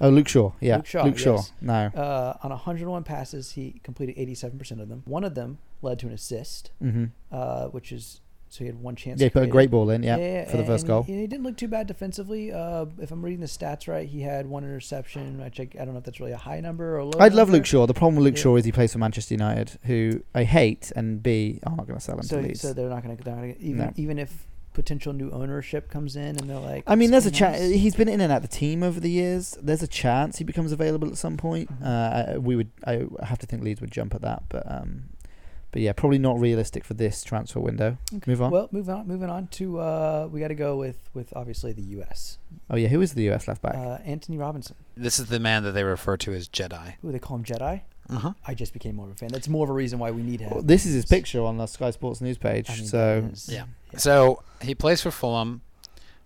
A: Oh, Luke Shaw. Yeah.
C: Luke Shaw, yes.
A: No.
C: Uh, on 101 passes, he completed 87% of them. One of them led to an assist,
A: Mm-hmm.
C: uh, which is so he had one chance.
A: Yeah, he put a
C: created.
A: great ball in. Yeah, for the
C: and-
A: first
C: and
A: goal.
C: He, he didn't look too bad defensively. Uh, if I'm reading the stats right, he had one interception. I check. I don't know if that's really a high number or a low.
A: I'd love
C: number.
A: Luke Shaw. The problem with Luke
C: Yeah.
A: Shaw is he plays for Manchester United, who I hate, and B, I'm not going to sell him
C: So,
A: to Leeds.
C: so they're not going to even
A: No.
C: even if potential new ownership comes in and they're like.
A: I mean,
C: "Let's
A: there's a
C: go
A: chance.
C: Nice."
A: He's been in and out the team over the years. There's a chance he becomes available at some point.
C: Mhm.
A: Uh, I- we would. I have to think Leeds would jump at that, but um, But yeah, probably not realistic for this transfer window. Move on.
C: Well, moving on. Moving on to uh, we got to go with with obviously the U.S.
A: oh yeah, who is the US left back?
C: Uh, Anthony Robinson.
B: This is the man that they refer to as Jedi.
C: Who they call him Jedi.
B: Uh huh.
C: I just became more of a fan. That's more of a reason why we need him.
A: Well, Oh, this is his picture on the Sky Sports news page.
C: I mean,
A: so
C: that is-
B: Yeah. So he plays for Fulham.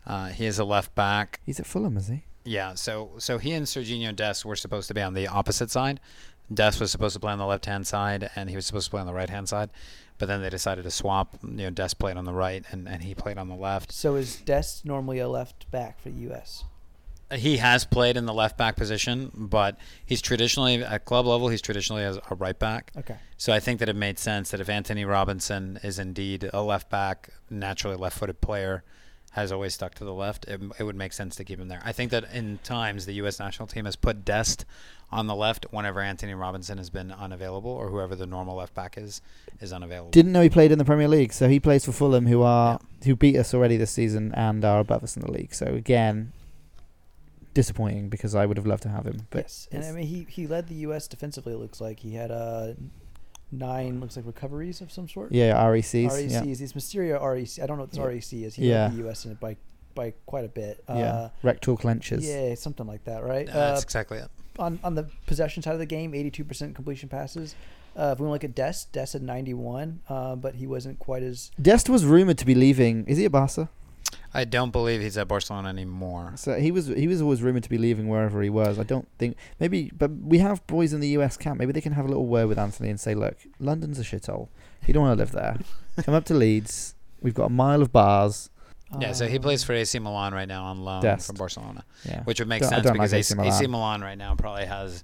B: Uh, he is a left back.
A: he's at Fulham, is he?
B: Yeah. So so he and Serginho Des were supposed to be on the opposite side. Des was supposed to play on the left hand side, and he was supposed to play on the right hand side. But then they decided to swap. You know, Des played on the right, and, and he played on the left.
C: So is Dest normally a left back for the U.S.?
B: He has played in the left back position, but he's traditionally at club level. He's traditionally as a right back.
C: Okay.
B: So I think that it made sense that if Anthony Robinson is indeed a left back, naturally left footed player, has always stuck to the left, it, it would make sense to keep him there. I think that in times the U.S. national team has put Dest on the left whenever Anthony Robinson has been unavailable or whoever the normal left back is, is unavailable.
A: Didn't know he played in the Premier League, so he plays for Fulham, who are who beat us already this season and are above us in the league. So again, disappointing because I would have loved to have him. But
C: yes, and I mean he he led the U.S. defensively. It looks like he had uh, nine looks like recoveries of some sort. E
A: yeah, RECs.
C: RECs.
A: E yeah.
C: These Mysterio REC. I don't know what this
A: Yeah.
C: REC is. He
A: Yeah.
C: led the U.S. in it by by quite a bit.
A: yeah,
C: Uh,
A: rectal clenches.
C: yeah, something like that, right?
B: Uh,
C: Uh,
B: that's exactly it.
C: on on the possession side of the game, eighty-two percent completion passes. Uh, if we look at Des, Des had ninety-one, uh, but he wasn't quite as
A: Dest was rumored to be leaving. Is he at Barca?
B: I don't believe he's at Barcelona anymore.
A: So he was he was always rumored to be leaving wherever he was. I don't think maybe, but we have boys in the U.S. camp. Maybe they can have a little word with Anthony and say, "Look, London's a shithole. You don't want to live
C: <laughs>
A: there. Come up to Leeds. We've got a mile of bars.
B: yeah, so he
C: um,
B: plays for AC Milan right now on loan
A: Dest.
B: from Barcelona,
A: Yeah,
B: which would make
A: Don't- I
B: sense
A: don't
B: because
A: like
B: AC,
A: AC Milan.
B: Milan right now probably has,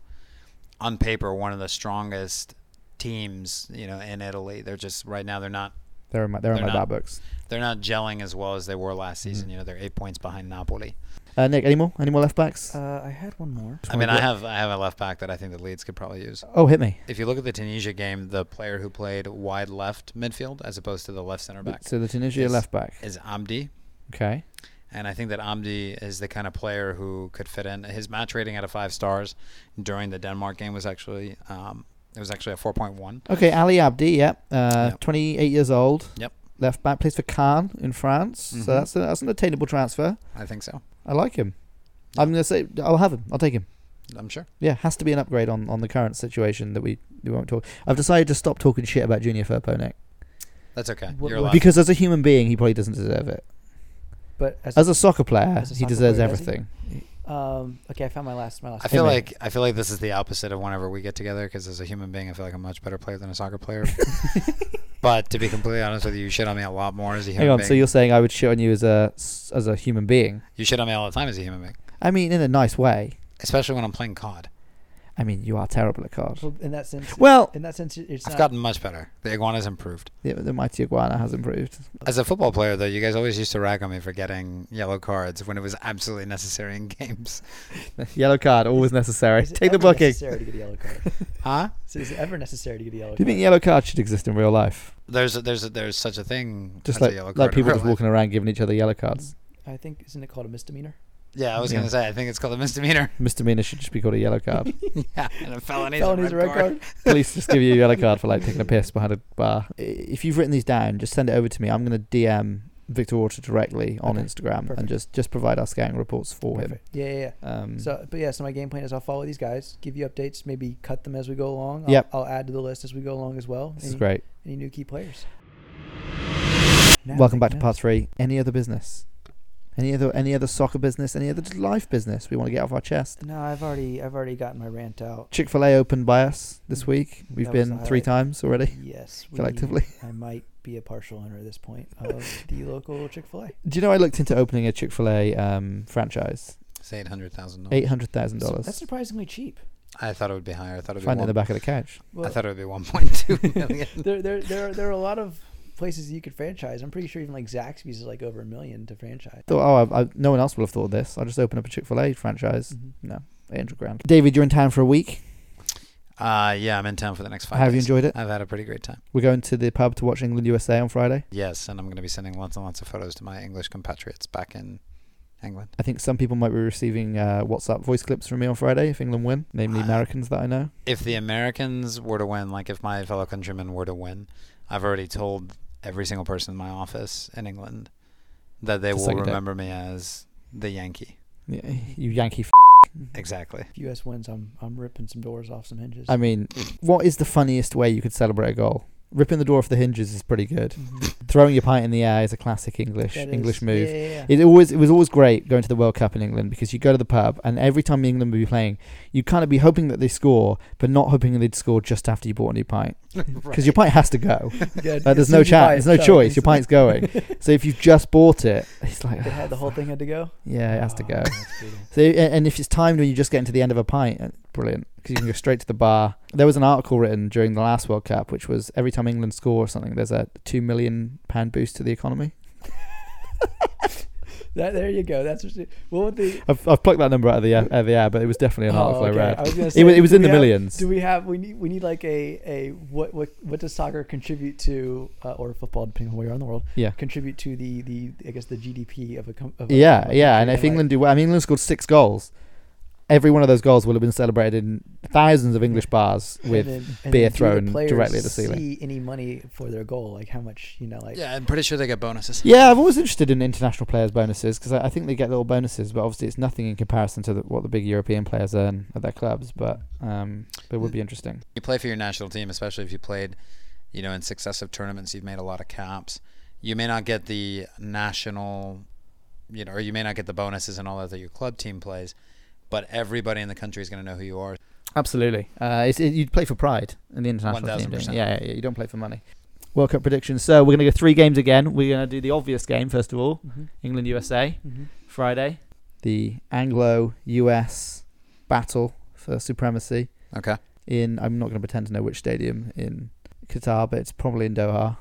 B: on paper, one of the strongest teams you know in Italy. They're just right now they're not
A: they're in my they're, in
B: They're
A: my
B: not.
A: bad books.
B: they're not gelling as well as they were last season.
A: Mhm.
B: You know, they're eight points behind Napoli.
A: Uh, Nick, any more? Any more left backs?
C: Uh, I had one more.
B: I mean, I have I have a left back that I think the Leeds could probably use.
A: oh, hit me.
B: If you look at the Tunisia game, the player who played wide left midfield as opposed to the left center back
A: So the Tunisia
B: Yes.
A: left back.
B: is Amdi,
A: Okay.
B: and I think that Amdi is the kind of player who could fit in. His match rating out of five stars during the Denmark game was actually um, it was actually a four point one.
A: Okay, Ali Abdi, yep, uh,
B: Yep.
A: 28 years old.
B: Yep.
A: Left back plays for Cannes in France.
B: Mhm.
A: So that's a, that's an attainable transfer.
B: I think so.
A: I like him. I'm gonna say I'll have him. I'll take him.
B: I'm sure.
A: Yeah, has to be an upgrade on, on the current situation that we, we won't talk. I've decided to stop talking shit about Junior Firpo, Nick,
B: That's okay.
C: What-
B: You're
C: what-
B: allowed.
A: because as a human being, he probably doesn't deserve it.
C: But as,
A: As a soccer player,
C: As a
A: he
C: soccer
A: deserves
C: player, does he?
A: everything.
C: um, okay, I found my last my last.
B: I feel
A: Hey, man.
B: like I feel like this is the opposite of whenever we get together because as a human being, I feel like I'm a much better player than a soccer
A: <laughs>
B: player. but to be completely honest with you, you shit on me a lot more as a human
A: Hang on,
B: being.
A: so you're saying I would shit on you as a s- as a human being?
B: you shit on me all the time as a human being,
A: I mean, in a nice way.
B: especially when I'm playing COD.
A: I mean, you are terrible at cards.
C: Well, in that sense.
A: Well,
C: in that sense, it- it's
B: I've
C: not.
B: gotten much better. The iguana's improved.
A: yeah, but the mighty iguana has improved.
B: As a football player, though, you guys always used to rag on me for getting yellow cards when it was absolutely necessary in <laughs> games.
A: Yellow card, always necessary.
C: is it
A: Take the
C: ever
A: blocking. Do
C: Necessary to get a
A: <laughs>
C: yellow card.
B: Huh?
C: so is it ever necessary to get a yellow
A: you
C: card?
A: think yellow card should exist in real life?
B: There's there's there's such a thing.
A: Just
B: as a
A: like
B: yellow
A: like
B: card in
A: people
B: real
A: just
B: life.
A: walking around giving each other yellow
C: <laughs>
A: cards.
C: I think isn't it called a misdemeanor?
B: Yeah, I was
A: Yeah.
B: gonna say I think it's called a misdemeanor. <laughs>
A: Misdemeanor should just be called a yellow
C: <laughs>
A: card.
B: yeah, and a felony. Felony's
C: Felony's a red card.
A: Police just give you a yellow card for like taking a piss behind a
C: <laughs>
A: bar. I- If you've written these down, just send it over to me. I'm gonna DM Victor Orta directly on
C: Okay,
A: Instagram
C: perfect.
A: and just just provide our scouting reports for him.
C: Perfect. Yeah, yeah, yeah.
A: Um,
C: So, but yeah, so my game plan is I'll follow these guys, give you updates, maybe cut them as we go along. I'll,
A: Yep.
C: I'll add to the list as we go along as well.
A: this
C: Any,
A: is great.
C: any new key players? Now,
A: Welcome
C: big
A: back to
C: now.
A: part three. Any other business? Any other any other soccer business? Any other just life business we want to get off our chest?
C: No, I've already I've already gotten my rant out.
A: Chick Fil A opened by us this week. We've
C: Mm. That was the
A: been three
C: highlight.
A: times already
C: Yes, we-
A: collectively. <laughs>
C: I might be a partial owner at this point of the local Chick Fil A.
A: Do you know I looked into opening a Chick Fil A um, franchise?
B: It's eight hundred thousand dollars.
A: Eight hundred thousand
C: That's
A: dollars.
C: surprisingly cheap.
B: I thought it would be higher. I thought it would
A: Find it
B: be
A: in the
B: one,
A: back of the couch.
B: I
C: Well,
B: thought it would be one point two
A: <laughs>
B: million.
C: there, there, there, are, there are a lot of places you could franchise. I'm pretty sure even like Zaxby's is like over a million to franchise.
A: Thought, oh, I, I, no one else will have thought of this. I'll just open up a Chick Fil A franchise.
C: Mm.
A: Eight hundred grand. David, you're in town for a week.
B: Uh, yeah, I'm in town for the next five.
A: How have you
B: days.
A: enjoyed it?
B: I've had a pretty great time.
A: We're going to the pub to watch England USA on Friday.
B: Yes, and I'm going to be sending lots and lots of photos to my English compatriots back in England.
A: I think some people might be receiving uh, WhatsApp voice clips from me on Friday if England win, namely
B: Wow.
A: Americans that I know.
B: If the Americans were to win, like if my fellow countrymen were to win, I've already told every single person in my office in England that they
A: To
B: will
A: suck it up.
B: remember me as the Yankee.
A: Yeah, you Yankee. F- <laughs>
B: Exactly.
C: If US wins, I'm I'm ripping some doors off some hinges.
A: I mean, what is the funniest way you could celebrate a goal? Ripping the door off the hinges is pretty good. <laughs> Throwing your pint in the air is a classic English
C: Mm-hmm. That
A: English
C: is-
A: move.
C: Yeah, yeah, yeah.
A: It always it was always great going to the World Cup in England because you go to the pub and every time England would be playing, you'd kind of be hoping that they score, but not hoping they'd score just after you bought a new pint because your pint has to
B: <laughs>
A: go. Like,
C: Good. As
A: there's
C: soon
A: no
C: as you buy
A: chance,
C: it,
A: there's no
C: it's out.
A: choice. Your pint's going. so if you've just bought it, it's like
C: <laughs> They had the whole thing had to go.
A: <sighs> yeah, it has to go.
F: That's brutal.
A: So a- and if it's timed when you're just getting to the end of a pint, uh, brilliant because you can go straight to the bar. There was an article written during the last World Cup, which was every time England score or something, there's a two million pound boost to the economy.
C: That, there you go. That's what, she- what would the
A: I've, I've plucked that number out of the air, out of the air but it was definitely an
C: Oh,
A: article
C: okay.
A: I read.
C: I was gonna say,
A: it was, it was
C: do
A: in
C: we
A: the
C: have-
A: millions.
C: Do we have we need we need like a a what what what does soccer contribute to uh, or football depending on where you are in the world
A: Yeah.
C: contribute to the the I guess the GDP of a com- of a-
A: yeah,
C: of a
A: yeah.
C: country
A: And if
C: like-
A: England do well, I mean, England scored six goals. Every one of those goals will have been celebrated in thousands of English bars
C: and
A: with.
C: then- and
A: beer
C: then do the
A: thrown
C: players
A: directly at the ceiling.
C: See any money for their goal? Like how much you know? Like
B: Yeah, I'm pretty sure they get bonuses.
A: Yeah, I've always interested in international players' bonuses because I, I think they get little bonuses, but obviously it's nothing in comparison to the, what the big European players earn at their clubs. But um, but it would be interesting.
B: You play for your national team, especially if you played, you know, in successive tournaments, you've made a lot of caps. You may not get the national, you know, or you may not get the bonuses and all that that your club team plays, but everybody in the country is going to know who you are.
F: Absolutely.
A: Uh, it's, it, you'd play for pride in the international team. don't you?
B: 1000%.
A: Yeah, yeah, yeah, you don't play for money. World Cup predictions. So we're going to go three games again. We're going to do the obvious game first of all:
C: Mhm,
F: England USA
C: mhm.
F: Friday.
A: the Anglo-US battle for supremacy.
B: Okay.
A: in I'm not going to pretend to know which stadium in Qatar, but it's probably in Doha.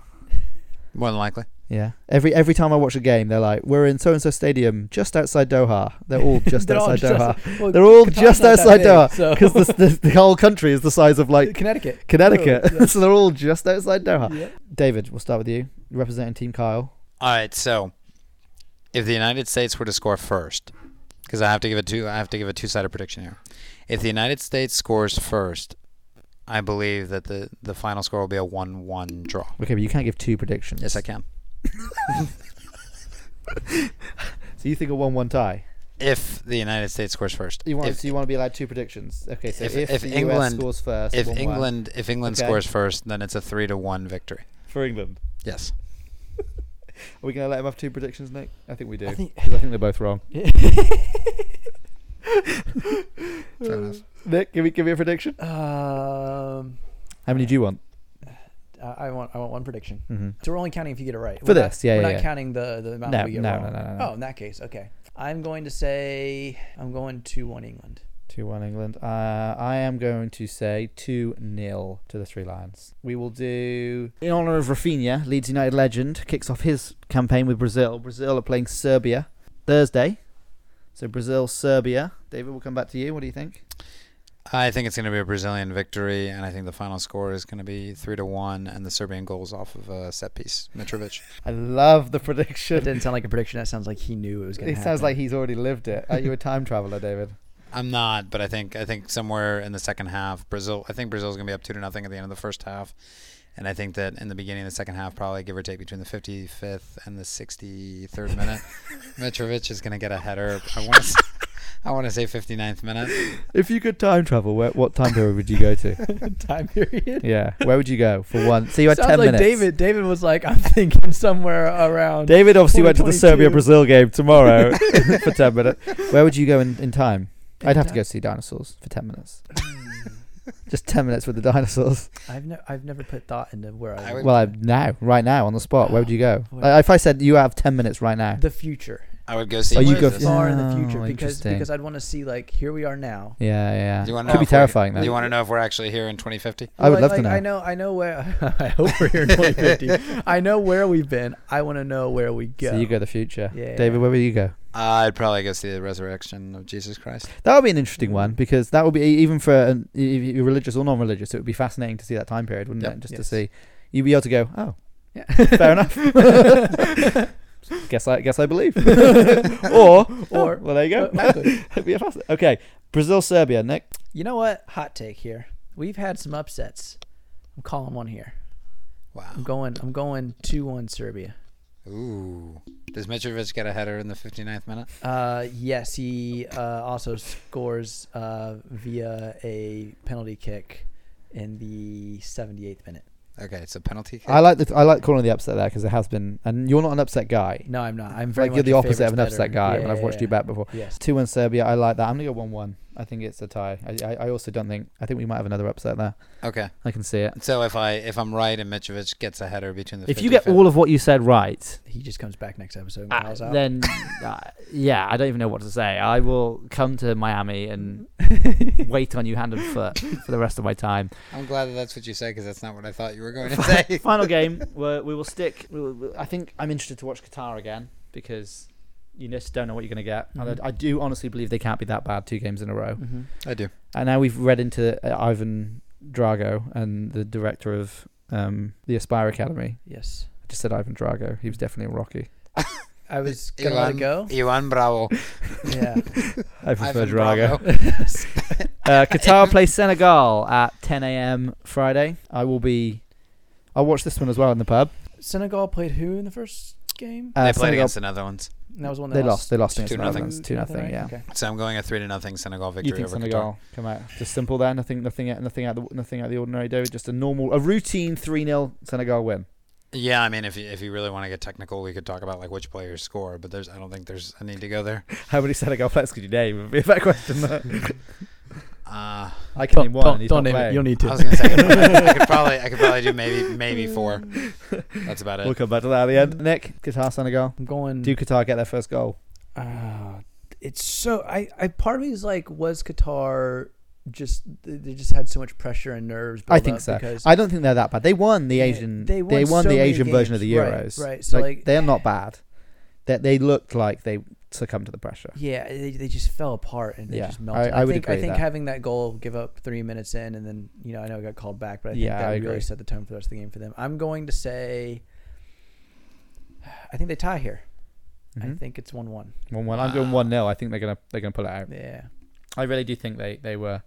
B: More than likely.
A: Yeah. Every every time I watch a game, they're like, "We're in so and so stadium, just outside Doha." They're
C: <laughs>
A: all just
C: They're all
A: outside
C: just
A: Doha
C: outside- <laughs> well,
A: They're all
C: Qatar's
A: just
C: not that
A: outside
C: big,
A: Doha,
C: so-
A: because the, the the whole country is the size of like
C: <laughs> Connecticut. Oh,
A: Connecticut, <laughs>
C: Yeah.
A: so they're all just outside Doha. <laughs>
C: Yeah.
A: David, we'll start with you. You're representing Team Kyle.
B: All right. So, if the United States were to score first, because I have to give a two, I have to give a two-sided prediction here. If the United States scores first, I believe that the the final score will be a one-one draw.
A: Okay, but you can't give two predictions.
B: Yes, I can.
A: So you think a one-one tie?
B: If the United States scores first,
A: You want
B: if,
A: so you want to be allowed two predictions? Okay, so
B: if-
A: if,
B: if
A: the US
B: England-
A: scores first,
B: if
A: 1-1.
B: England if England
A: Okay.
B: scores first, then it's a three to one victory.
A: for England,
B: Yes.
A: are we going to let him have two predictions, Nick? I think we do
C: I think-
A: because I think they're both wrong. <laughs>
B: Fair enough.
A: Nick, give me give me a prediction.
C: <laughs> Um,
A: How many do you want
C: I I want I want one prediction.
A: mm-hmm.
C: So we're only counting if you get it right.
A: For
C: We're
A: this,
C: not,
A: yeah,
C: We're
A: yeah,
C: not
A: yeah.
C: counting the, the amount
A: No,
C: that we get
A: no,
C: wrong.
A: no, no, no, no.
C: Oh, in that case, okay. I'm going to say I'm going to one England.
A: Two one England. Uh, I am going to say two 0 to the Three Lions. We will do in honor of Rafinha, Leeds United legend, kicks off his campaign with Brazil. Brazil are playing Serbia Thursday, so Brazil Serbia. David, we'll come back to you. What do you think?
B: I think it's going to be a Brazilian victory, and I think the final score is going to be three to one, and the Serbian goals off of a set piece. Mitrovic.
A: I love the
C: That
A: prediction.
C: didn't sound like a prediction. That sounds like he knew it was going to
A: It
C: happen.
A: sounds like he's already lived it. Are you a time traveler, David?
B: I'm not, but I think I think somewhere in the second half, Brazil. I think Brazil's going to be up two to nothing at the end of the first half, and I think that in the beginning of the second half, probably give or take between the 55th and the 63rd minute, Mitrovic is going to get a header. I want to. I want to say 59th minute.
A: If you could time travel, where, what time period would you go <laughs> to?
C: <laughs> time period.
A: Yeah, where would you go for one? So you had
C: sounds
A: ten
C: like
A: minutes.
C: David. David was like, I'm thinking somewhere around.
A: David obviously went to the
C: 2022.
A: Serbia Brazil game <laughs> tomorrow for 10 minutes. Where would you go in, in time?
C: In
A: I'd have to
C: time?
A: go see dinosaurs for 10 minutes. Just 10 minutes with the
B: <laughs>
A: dinosaurs.
C: <laughs> I've never I've never put thought into where I,
B: I would-
A: Well, I, now, right now, on the spot, where would you
C: <sighs>
A: go?
C: Boy.
A: Like, if I said you have 10 minutes right now.
C: the future.
B: I would go see.
A: Oh, you
B: where
C: Where
A: go-
B: this-
A: yeah.
C: far in the future
A: Oh,
C: because
A: interesting.
C: because I'd want to see like here we are now.
A: Yeah, yeah.
B: Do you wanna
A: Could
B: know
A: be
B: if we're-
A: terrifying, though.
B: Do you want to know if we're actually here in 2050?
A: I would
C: Like-
A: love to
C: like, I
A: know.
C: know I know where <laughs> I hope we're here
A: <laughs>
C: in 2050. I know where we've been. I want to know where we go.
A: So you go the future.
C: Yeah.
A: David, where would you go?
B: I'd probably go see the resurrection of Jesus Christ.
A: That would be an interesting one because that would be e, even for an, if you're religious or non-religious, it would be fascinating to see that time period, wouldn't
B: Yep.
A: it? Just to
C: Yes. <laughs>
A: see, you'd be able to go, oh,
C: Yeah.
A: fair enough. <laughs> guess I guess I believe. <laughs> or
C: Or-
A: Oh, well, there you go. <laughs>
C: Exactly.
A: Be a fast- okay, Brazil Serbia. Nick,
C: You know what? Hot take here. We've had some upsets. I'm calling one here. I'm
B: Wow.
C: going. I'm going two one Serbia.
B: Ooh. Does Mitrovic get a header in the 59th minute?
C: Uh, yes, he uh, also scores uh, via a penalty kick in the 78th minute.
B: Okay, it's a penalty kick.
A: I like the I like calling the upset there because it has been, and you're not an upset guy.
C: No, I'm not. I'm very
A: Like you're
C: much
A: the
C: a
A: opposite of an
C: favorites
A: upset
C: better.
A: guy.
C: Yeah,
A: when I've
C: yeah,
A: watched you
C: yeah.
A: bet before.
C: Yes.
A: Two one Serbia. I like that. I'm gonna go one one. I think it's a tie. I, I, I also don't think. I think we might have another upset there.
B: okay.
F: I can see it.
B: So if I if I'm right and Mitrovic gets a header between the
F: If you get all of what you said right,
C: He just comes back next episode
A: Ah,
C: and
F: uh,
C: calls
B: <laughs>
C: out.
F: then uh, yeah, I don't even know what to say. I will come to Miami and
C: <laughs>
F: wait on you hand and foot for the rest of my time.
B: I'm glad that that's what you said because that's not what I thought you were going to
A: <laughs>
B: say.
F: Final
B: <laughs>
F: game, we're, we will stick. we will- we- I think I'm interested to watch Qatar again because you just don't know what you're going to get. And
A: Mm-hmm.
C: Mhm.
F: I, I do honestly believe they can't be that bad two games in a row.
C: Mhm.
B: I do.
A: And now we've read into uh, Ivan Drago and the director of um, the Aspire Academy.
C: Yes.
A: I just said Ivan Drago. He was definitely in Rocky.
C: I was going to let it go.
B: Ivan Bravo.
C: <laughs> Yeah.
A: I prefer
B: Ivan
A: Drago. <laughs>
B: Bravo.
A: Uh,
B: <laughs>
F: Qatar plays Senegal at 10 a.m. Friday.
A: I will be. I'll watch this one as well in the pub.
C: Senegal played who in the first game?
A: Uh,
B: they played
A: Senegal-
B: against the Netherlands,
C: And that was one that
A: They lost. They lost
B: Two
A: against the
B: nothing.
A: Netherlands. Two nothing.
C: right?
A: Yeah.
C: Okay.
B: so I'm going a three to nothing Senegal victory
A: You think
B: over Qatar.
A: Senegal come out just simple there? Nothing, nothing, out- nothing out, the, nothing out of the ordinary. David, just a normal, a routine three 0 Senegal win. <laughs>
B: Yeah, I mean, if you, if you really want to get technical, we could talk about like which players score, but there's I don't think there's a need to go there.
A: How many Senegal players could you name? Would be a fair
B: <laughs>
A: question. though.
B: Uh,
A: I can name one. and he's not playing.
C: need
B: I was
C: <laughs>
B: gonna
A: <laughs>
B: say I could, probably, I could probably I could probably do maybe maybe four. That's about
A: We'll
B: it.
A: come back to that at the end. Nick, Qatar, Senegal.
C: I'm going.
A: Do Qatar get their first goal?
C: Uh, it's so I, I part of me is like was Qatar just they just had so much pressure and nerves.
A: I
C: built
A: think
C: up
A: so.
C: because
A: I don't think they're that bad. They won the
C: Yeah,
A: Asian.
C: they
A: They
C: won
A: won,
C: so
A: the
C: many
A: Asian version of the
C: games, right,
A: Euros.
C: right, so, like-
A: they're not bad. They they looked like they succumbed to the pressure.
C: yeah, they, they just fell apart and they
A: Yeah,
C: just melted.
A: I- I would
C: think I
A: agree
C: think
A: that.
C: having that goal give up three minutes in and then you know I know it got called back, but I think
A: Yeah,
C: that
A: I
C: really
A: agree.
C: set the tone for the rest of the game for them. I'm going to say, I think they tie here. I
A: Mhm.
C: think it's one one.
A: One one. I'm going
B: Wow.
A: one 0 I think they're gonna they're gonna pull it out.
C: Yeah,
A: I really do think they, they were.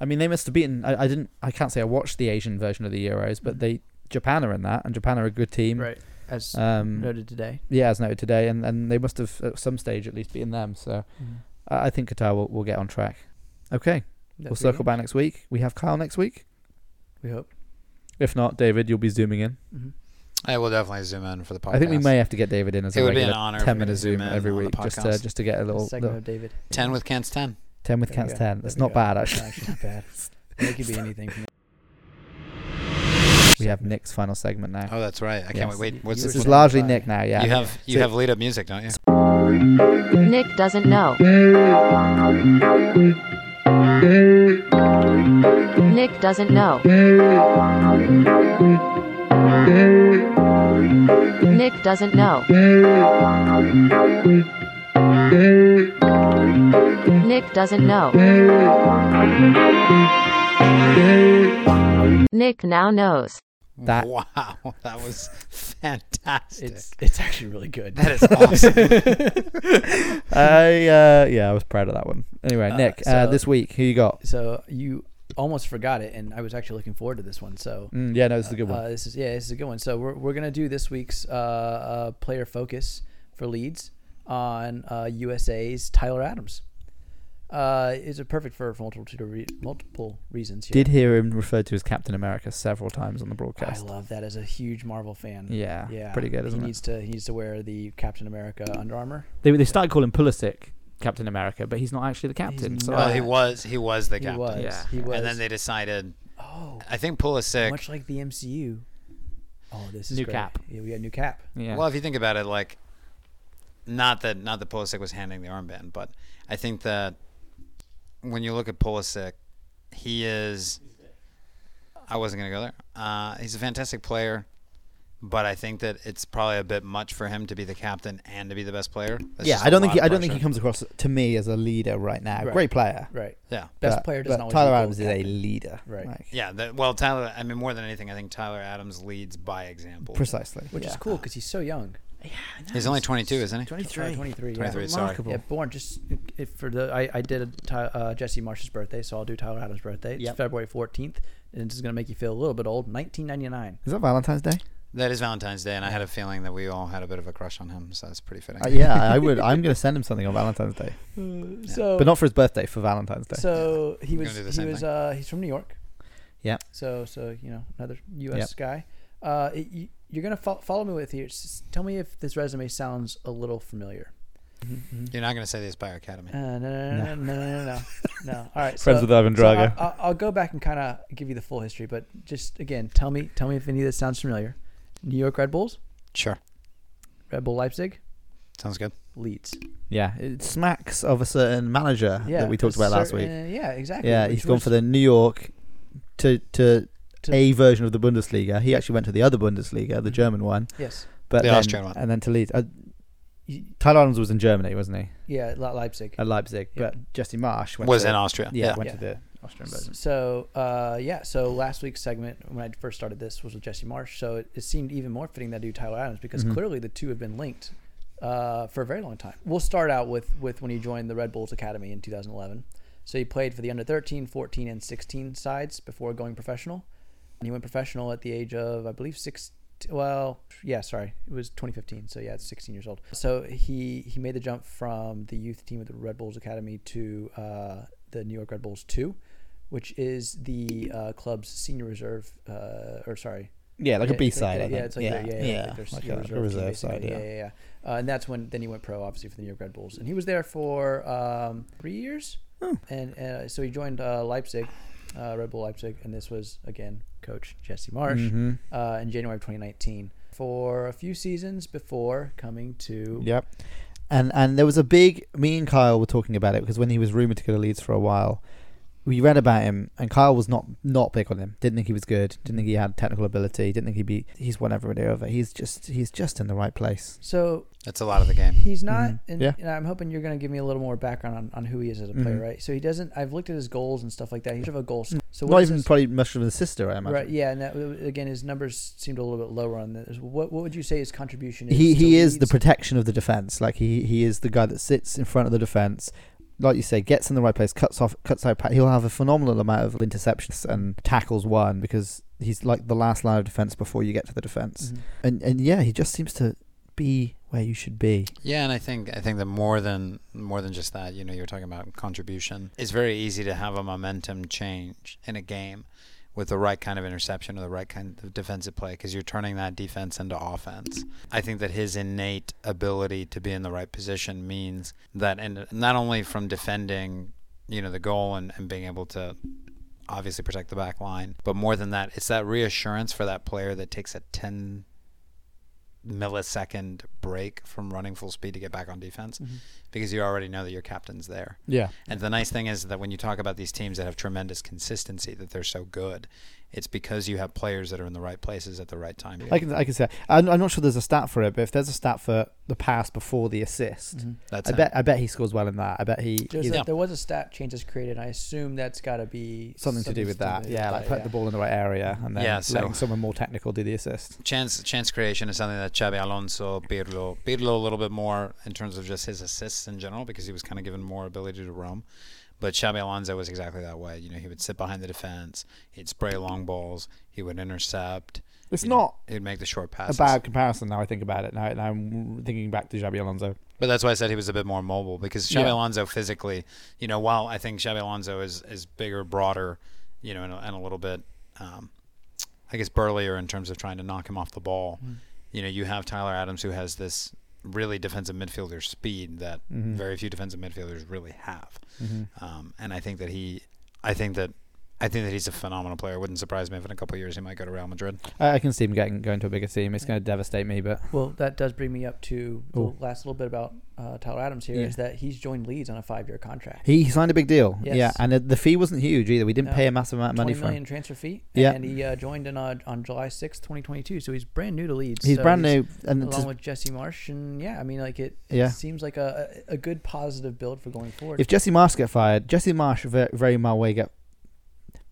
A: I mean, they must have beaten. I, I didn't. I can't say I watched the Asian version of the Euros, but they Japan are in that, and Japan are a good team.
C: right. As
A: Um,
C: noted today.
A: yeah, as noted today, and, and they must have at some stage at least beaten them. So
C: Mm-hmm.
A: I, I think Qatar will, will get on track. Okay, we'll circle back next week. We have Kyle next week.
C: We hope. Mm-hmm.
A: If not, David, you'll be zooming in.
B: I will definitely zoom in for the podcast.
A: I think we may have to get David in as
B: It
A: a
B: would be an
A: regular
B: honor. if we
A: ten minute
B: could
A: zoom
B: in
A: every
B: on the
A: week, just to,
B: podcast.
A: just to get a little,
C: Segment
A: little
C: of David.
B: ten with Cans ten.
A: ten with
C: There we
A: cats
C: go.
A: ten.
C: There
A: That's
C: we
A: not
C: go.
A: bad
C: It's <laughs>
A: actually.
C: actually not
A: <laughs>
C: bad. It could be anything. From
A: We have Nick's final segment now.
B: Oh, that's right. I can't
A: Yes.
B: wait. What's
C: You
A: this
B: this?
C: were
A: is
C: saying
A: largely
C: goodbye.
A: Nick now. Yeah.
C: <laughs>
B: You have you
A: So-
B: have lead up music, don't you?
G: Nick doesn't know. Nick doesn't know. Nick doesn't know. Nick doesn't know. Nick now knows.
A: That-
B: wow, that was fantastic.
C: It's it's actually
A: <laughs>
C: really good.
B: that is awesome.
A: <laughs> I uh, yeah, I was proud of that one. Anyway,
C: Uh,
A: Nick, uh,
C: so-
A: this week who you got?
C: so you almost forgot it, and I was actually looking forward to this one. So
A: Mm, yeah, no, this is a good one.
C: Uh, this is yeah, this is a good one. So we're we're gonna do this week's uh, uh, player focus for Leeds on uh, USA's Tyler Adams. Uh, it's a perfect for multiple re- multiple reasons. Here.
A: Did hear him referred to as Captain America several times on the
C: I
A: broadcast.
C: love that as a huge Marvel fan.
A: Yeah,
C: Yeah,
A: pretty good, isn't
C: he
A: it?
C: needs to he needs to wear the Captain America Under Armour.
F: They, they started calling Pulisic Captain America, but he's not actually the captain. So
B: well,
C: not.
B: he was he was the
C: He
B: captain,
C: was,
F: Yeah.
C: he was.
B: and then they decided.
C: oh,
B: I think Pulisic.
C: much like the MCU. Oh, this is
F: New
C: great.
F: cap.
C: Yeah, we got new cap.
F: yeah.
B: Well, if you think about it, like, not that not that Pulisic was handing the armband, but I think that when you look at Pulisic, he is. I wasn't gonna go there. Uh, he's a fantastic player, but I think that it's probably a bit much for him to be the captain and to be the best player. That's
A: yeah,
B: just
A: I
B: a
A: don't think
B: lot
A: he,
B: of
A: I don't think he
B: pressure.
A: comes across to me as a leader right now.
C: Right.
A: Great player,
C: Right.
B: Yeah,
C: Best
A: but-
C: player doesn't
A: but
C: always
A: Tyler
C: equal
A: Adams is a
C: captain.
A: leader,
C: Right.
A: Like,
B: yeah. That, well, Tyler. I mean, more than anything, I think Tyler Adams leads by example.
A: precisely.
C: Which
A: yeah.
C: is cool because he's so young.
B: He's only 22, isn't he?
C: 23. 23, yeah.
B: 23, sorry.
A: Remarkable.
C: Yeah, born just if for the I, I did a Ty- uh, Jesse Marsh's birthday, so I'll do Tyler Adams' birthday. It's
A: Yep.
C: February fourteenth, and this is gonna make you feel a little bit old. Nineteen ninety nine.
A: Is that Valentine's Day?
B: That is Valentine's Day, and I had a feeling that we all had a bit of a crush on him, so that's pretty fitting.
A: Uh, yeah, I would. I'm going to send him something on Valentine's Day,
C: Hmm, So
A: but not for his birthday, for Valentine's Day.
C: so he
B: We're
C: was
B: gonna do the
C: he
B: same
C: was
B: thing.
C: uh, he's from New York.
A: Yep.
C: So so you know another U.S. guy. Uh, it- you, you're gonna fo- follow me with here. S- Tell me if this resume sounds a little familiar.
B: You're not going to say the Aspire Academy.
C: Uh, no, no, no, no, no, no, no, no. <laughs> no. All right.
A: Friends
C: so,
A: with Ivan
C: so
A: Drago.
C: I, will go back and kind of give you the full history, but just again, tell me, tell me if any of this sounds familiar. New York Red Bulls,
B: Sure.
C: Red Bull Leipzig,
B: Sounds good.
C: Leeds.
A: yeah, it smacks of a certain manager Uh, that we talked
C: a
A: about last week.
C: certain- uh, Yeah, exactly.
A: Yeah,
C: which
A: he's gone
C: was-
A: for the New York to to,
C: To-
A: a version of the Bundesliga. He actually went to the other Bundesliga, the
C: Mhm.
A: German one,
C: yes.
A: but
B: The
A: then,
B: Austrian one.
A: and then to Leeds. Uh,
C: Y-
A: Tyler Adams was in Germany, wasn't he?
C: Yeah, Le- Leipzig.
A: At Leipzig,
C: Yeah.
A: but Jesse Marsh went
B: Was
A: to,
B: in Austria.
A: yeah,
B: Yeah.
A: went
C: Yeah.
A: to the Austrian version.
C: So uh, yeah, so last week's segment when I first started this was with Jesse Marsh, so it, it seemed even more fitting that I do Tyler Adams because
A: Mhm.
C: clearly the two have been linked uh, for a very long time. We'll start out with with when he joined the Red Bulls Academy in 2011. So he played for the under 13, 14, and 16 sides before going professional, and he went professional at the age of I believe six. Well, yeah, sorry, it was 2015. So yeah, it's 16 years old. So he he made the jump from the youth team at the Red Bulls Academy to uh, the New York Red Bulls two which is the uh, club's senior reserve, uh, or sorry,
A: Yeah, like
C: yeah,
A: a B side.
C: Yeah,
A: I think.
C: yeah, it's like their- yeah, yeah, like their
A: like
C: senior
A: a-
C: reserve,
A: a
C: team,
A: reserve
C: basically.
A: side.
C: yeah, yeah, yeah. Uh, and that's when then he went pro, obviously for the New York Red Bulls, and he was there for um, three years,
A: Oh.
C: and uh, so he joined uh, Leipzig, uh, Red Bull Leipzig, and this was again coach Jesse Marsh
A: Mhm.
C: uh, in January of 2019 for a few seasons before coming to
A: Yep. And and there was a big. Me and Kyle were talking about it because when he was rumored to go to Leeds for a while, we read about him, and Kyle was not not big on him. Didn't think he was good. Didn't think he had technical ability. Didn't think he'd be. He's won everybody over. He's just he's just in the right place.
C: So
B: That's a lot of the game.
C: He's not,
A: Mhm.
C: and,
A: Yeah.
C: and I'm hoping you're going to give me a little more background on, on who he is as a player,
A: Mhm.
C: right? So he doesn't. I've looked at his goals and stuff like that. He's sort of a goal. sc- So what
A: not
C: is
A: even
C: his-
A: probably much of a sister, I imagine.
C: right? Yeah, and that, again, his numbers seemed a little bit lower on this. What what would you say his contribution is?
A: He
C: to
A: he is the
C: Leeds?
A: protection of the defense. Like he he is the guy that sits in front of the defense. Like you say, gets in the right place, cuts off, cuts out. pa- He'll have a phenomenal amount of interceptions and tackles won because he's like the last line of defense before you get to the defense.
C: Mhm.
A: and and yeah, he just seems to be where you should be.
B: Yeah, and I think I think that more than more than just that, you know, you're talking about contribution. It's very easy to have a momentum change in a game with the right kind of interception or the right kind of defensive play because you're turning that defense into offense. I think that his innate ability to be in the right position means that, and not only from defending, you know, the goal and, and being able to obviously protect the back line, but more than that, it's that reassurance for that player that takes a 10 millisecond break from running full speed to get back on defense because you already know that your captain's there.
A: Mm-hmm. Yeah,
B: And the nice thing is that when you talk about these teams that have tremendous consistency, that they're so good, it's because you have players that are in the right places at the right time.
A: I can I can say I'm, I'm not sure there's a stat for it, but if there's a stat for the pass before the assist,
B: That's
A: I
B: him.
A: bet I bet he scores well in that. I bet he
C: There's
A: he's
C: a- there was a stat change that's created. I assume that's got to be
A: something to do with that. Yeah, like put the ball in the right area and then
B: Yeah, so-
A: letting someone more technical do the assist.
B: chance chance creation is something that Xabi Alonso, Pirlo, Pirlo a little bit more in terms of just his assists in general because he was kind of given more ability to roam. But Xabi Alonso was exactly that way. You know, he would sit behind the defense, he'd spray long balls, he would intercept.
A: It's
B: you know,
A: not
B: he'd make the short
A: a
B: passes.
A: bad comparison now I think about it. Now, now I'm thinking back to Xabi Alonso.
B: But that's why I said he was a bit more mobile because Xabi
A: Yeah.
B: Alonso physically, you know, while I think Xabi Alonso is, is bigger, broader, you know, and a, and a little bit, um, I guess, burlier in terms of trying to knock him off the ball.
C: Mm-hmm.
B: You know, you have Tyler Adams who has this really defensive midfielder speed that
C: Mm-hmm.
B: very few defensive midfielders really have. Um, and I think that he, I think that, I think that he's a phenomenal player. It wouldn't surprise me if in a couple of years he might go to Real Madrid.
A: I, I can see him getting going to a bigger team. It's going to devastate me, but
C: Well, that does bring me up to the
A: Ooh.
C: last little bit about uh, Tyler Adams here is
A: Yeah.
C: that he's joined Leeds on a five-year contract.
A: he, he signed a big deal.
C: Yes.
A: Yeah, and the, the fee wasn't huge either. We didn't
C: No.
A: pay a massive amount of money
C: Twenty
A: for him.
C: million transfer fee.
A: Yeah.
C: and he uh, joined in uh, on July sixth, twenty twenty two. So he's brand new to Leeds.
A: He's
C: So
A: brand new, and it's
C: along
A: his
C: with Jesse Marsh, and yeah, I mean, like it, it
A: Yeah.
C: seems like a, a a good positive build for going forward.
A: If Jesse Marsh get fired, Jesse Marsh ve- very well may get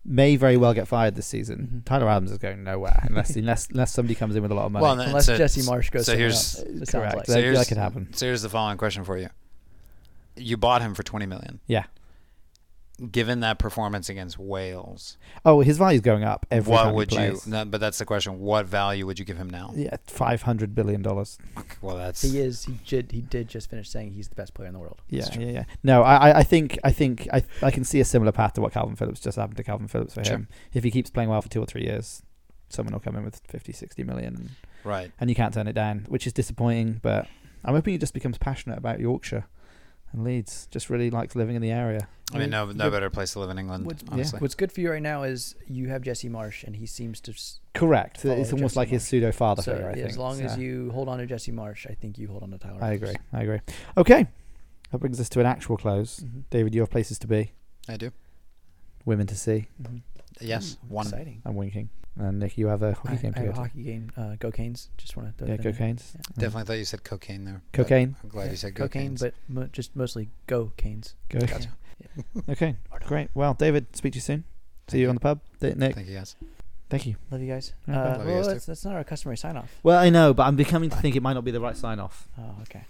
A: may very well get fired this season.
B: Mm-hmm.
C: Mhm.
A: Tyler Adams is going nowhere unless unless unless somebody comes in with a lot of money.
B: Well, and then-
C: Unless
B: so-
C: Jesse Marsh goes
B: so
C: somewhere
B: here's-
C: else, it sounds
A: correct.
C: like.
A: So that,
B: here's-
A: that could happen.
B: So here's the following question for you. You bought him for 20 million.
A: Yeah.
B: Given that performance against Wales,
A: Oh, his value's going up every time
B: what
A: he
B: would you?
A: plays.
B: No, but that's the question. What value would you give him now?
A: Yeah, five hundred billion dollars.
B: Well, that's
C: He is. He did. He did just finish saying he's the best player in the world.
A: Yeah, yeah, yeah. No, I, I- I think, I think, I, I can see a similar path to what Calvin Phillips just happened to Calvin Phillips for
B: Sure.
A: him. If he keeps playing well for two or three years, someone will come in with 50, 60 million, and,
B: right.
A: and you can't turn it down, which is disappointing. But I'm hoping he just becomes passionate about Yorkshire and Leeds. Just really likes living in the area.
B: I mean, no, no
C: Would-
B: better place to live in England,
C: would- yeah.
B: honestly.
C: What's good for you right now is you have Jesse Marsh, and he seems to. s-
A: Correct.
C: Follow
A: it's almost
C: Jesse
A: like his
C: Marsh.
A: pseudo father
C: So
A: figure. I think.
C: as long as
A: So,
C: you hold on to Jesse Marsh, I think you hold on to Tyler.
A: I
C: Adams.
A: agree. I agree. Okay, that brings us to an actual close.
C: Mhm,
A: David, you have places to be,
B: I do.
A: women to see.
C: mhm.
B: Yes,
A: Mm,
C: Ooh,
B: one.
C: Exciting.
A: I'm winking. And Nick, you have a
C: I,
A: hockey game to
C: I have
A: go
C: a
A: to.
C: hockey game. Uh, go Canes. Just want to.
A: Yeah, go Canes.
B: Definitely thought you said cocaine there. but
A: Cocaine.
B: I'm glad you said
C: cocaine,
B: cocaine.
C: but mo- just mostly go Canes.
A: Go.
C: Yeah.
A: <laughs> Okay, great. Well, David, speak to you soon. See you on the pub, Da- Nick.
B: Thank you guys.
A: Thank you.
C: Love you guys. Uh,
A: Yeah, love
B: you
C: well,
B: guys too.
C: that's, that's not our customary sign off.
F: Well, I know, but I'm becoming to think it might not be the right sign off.
C: Oh, okay.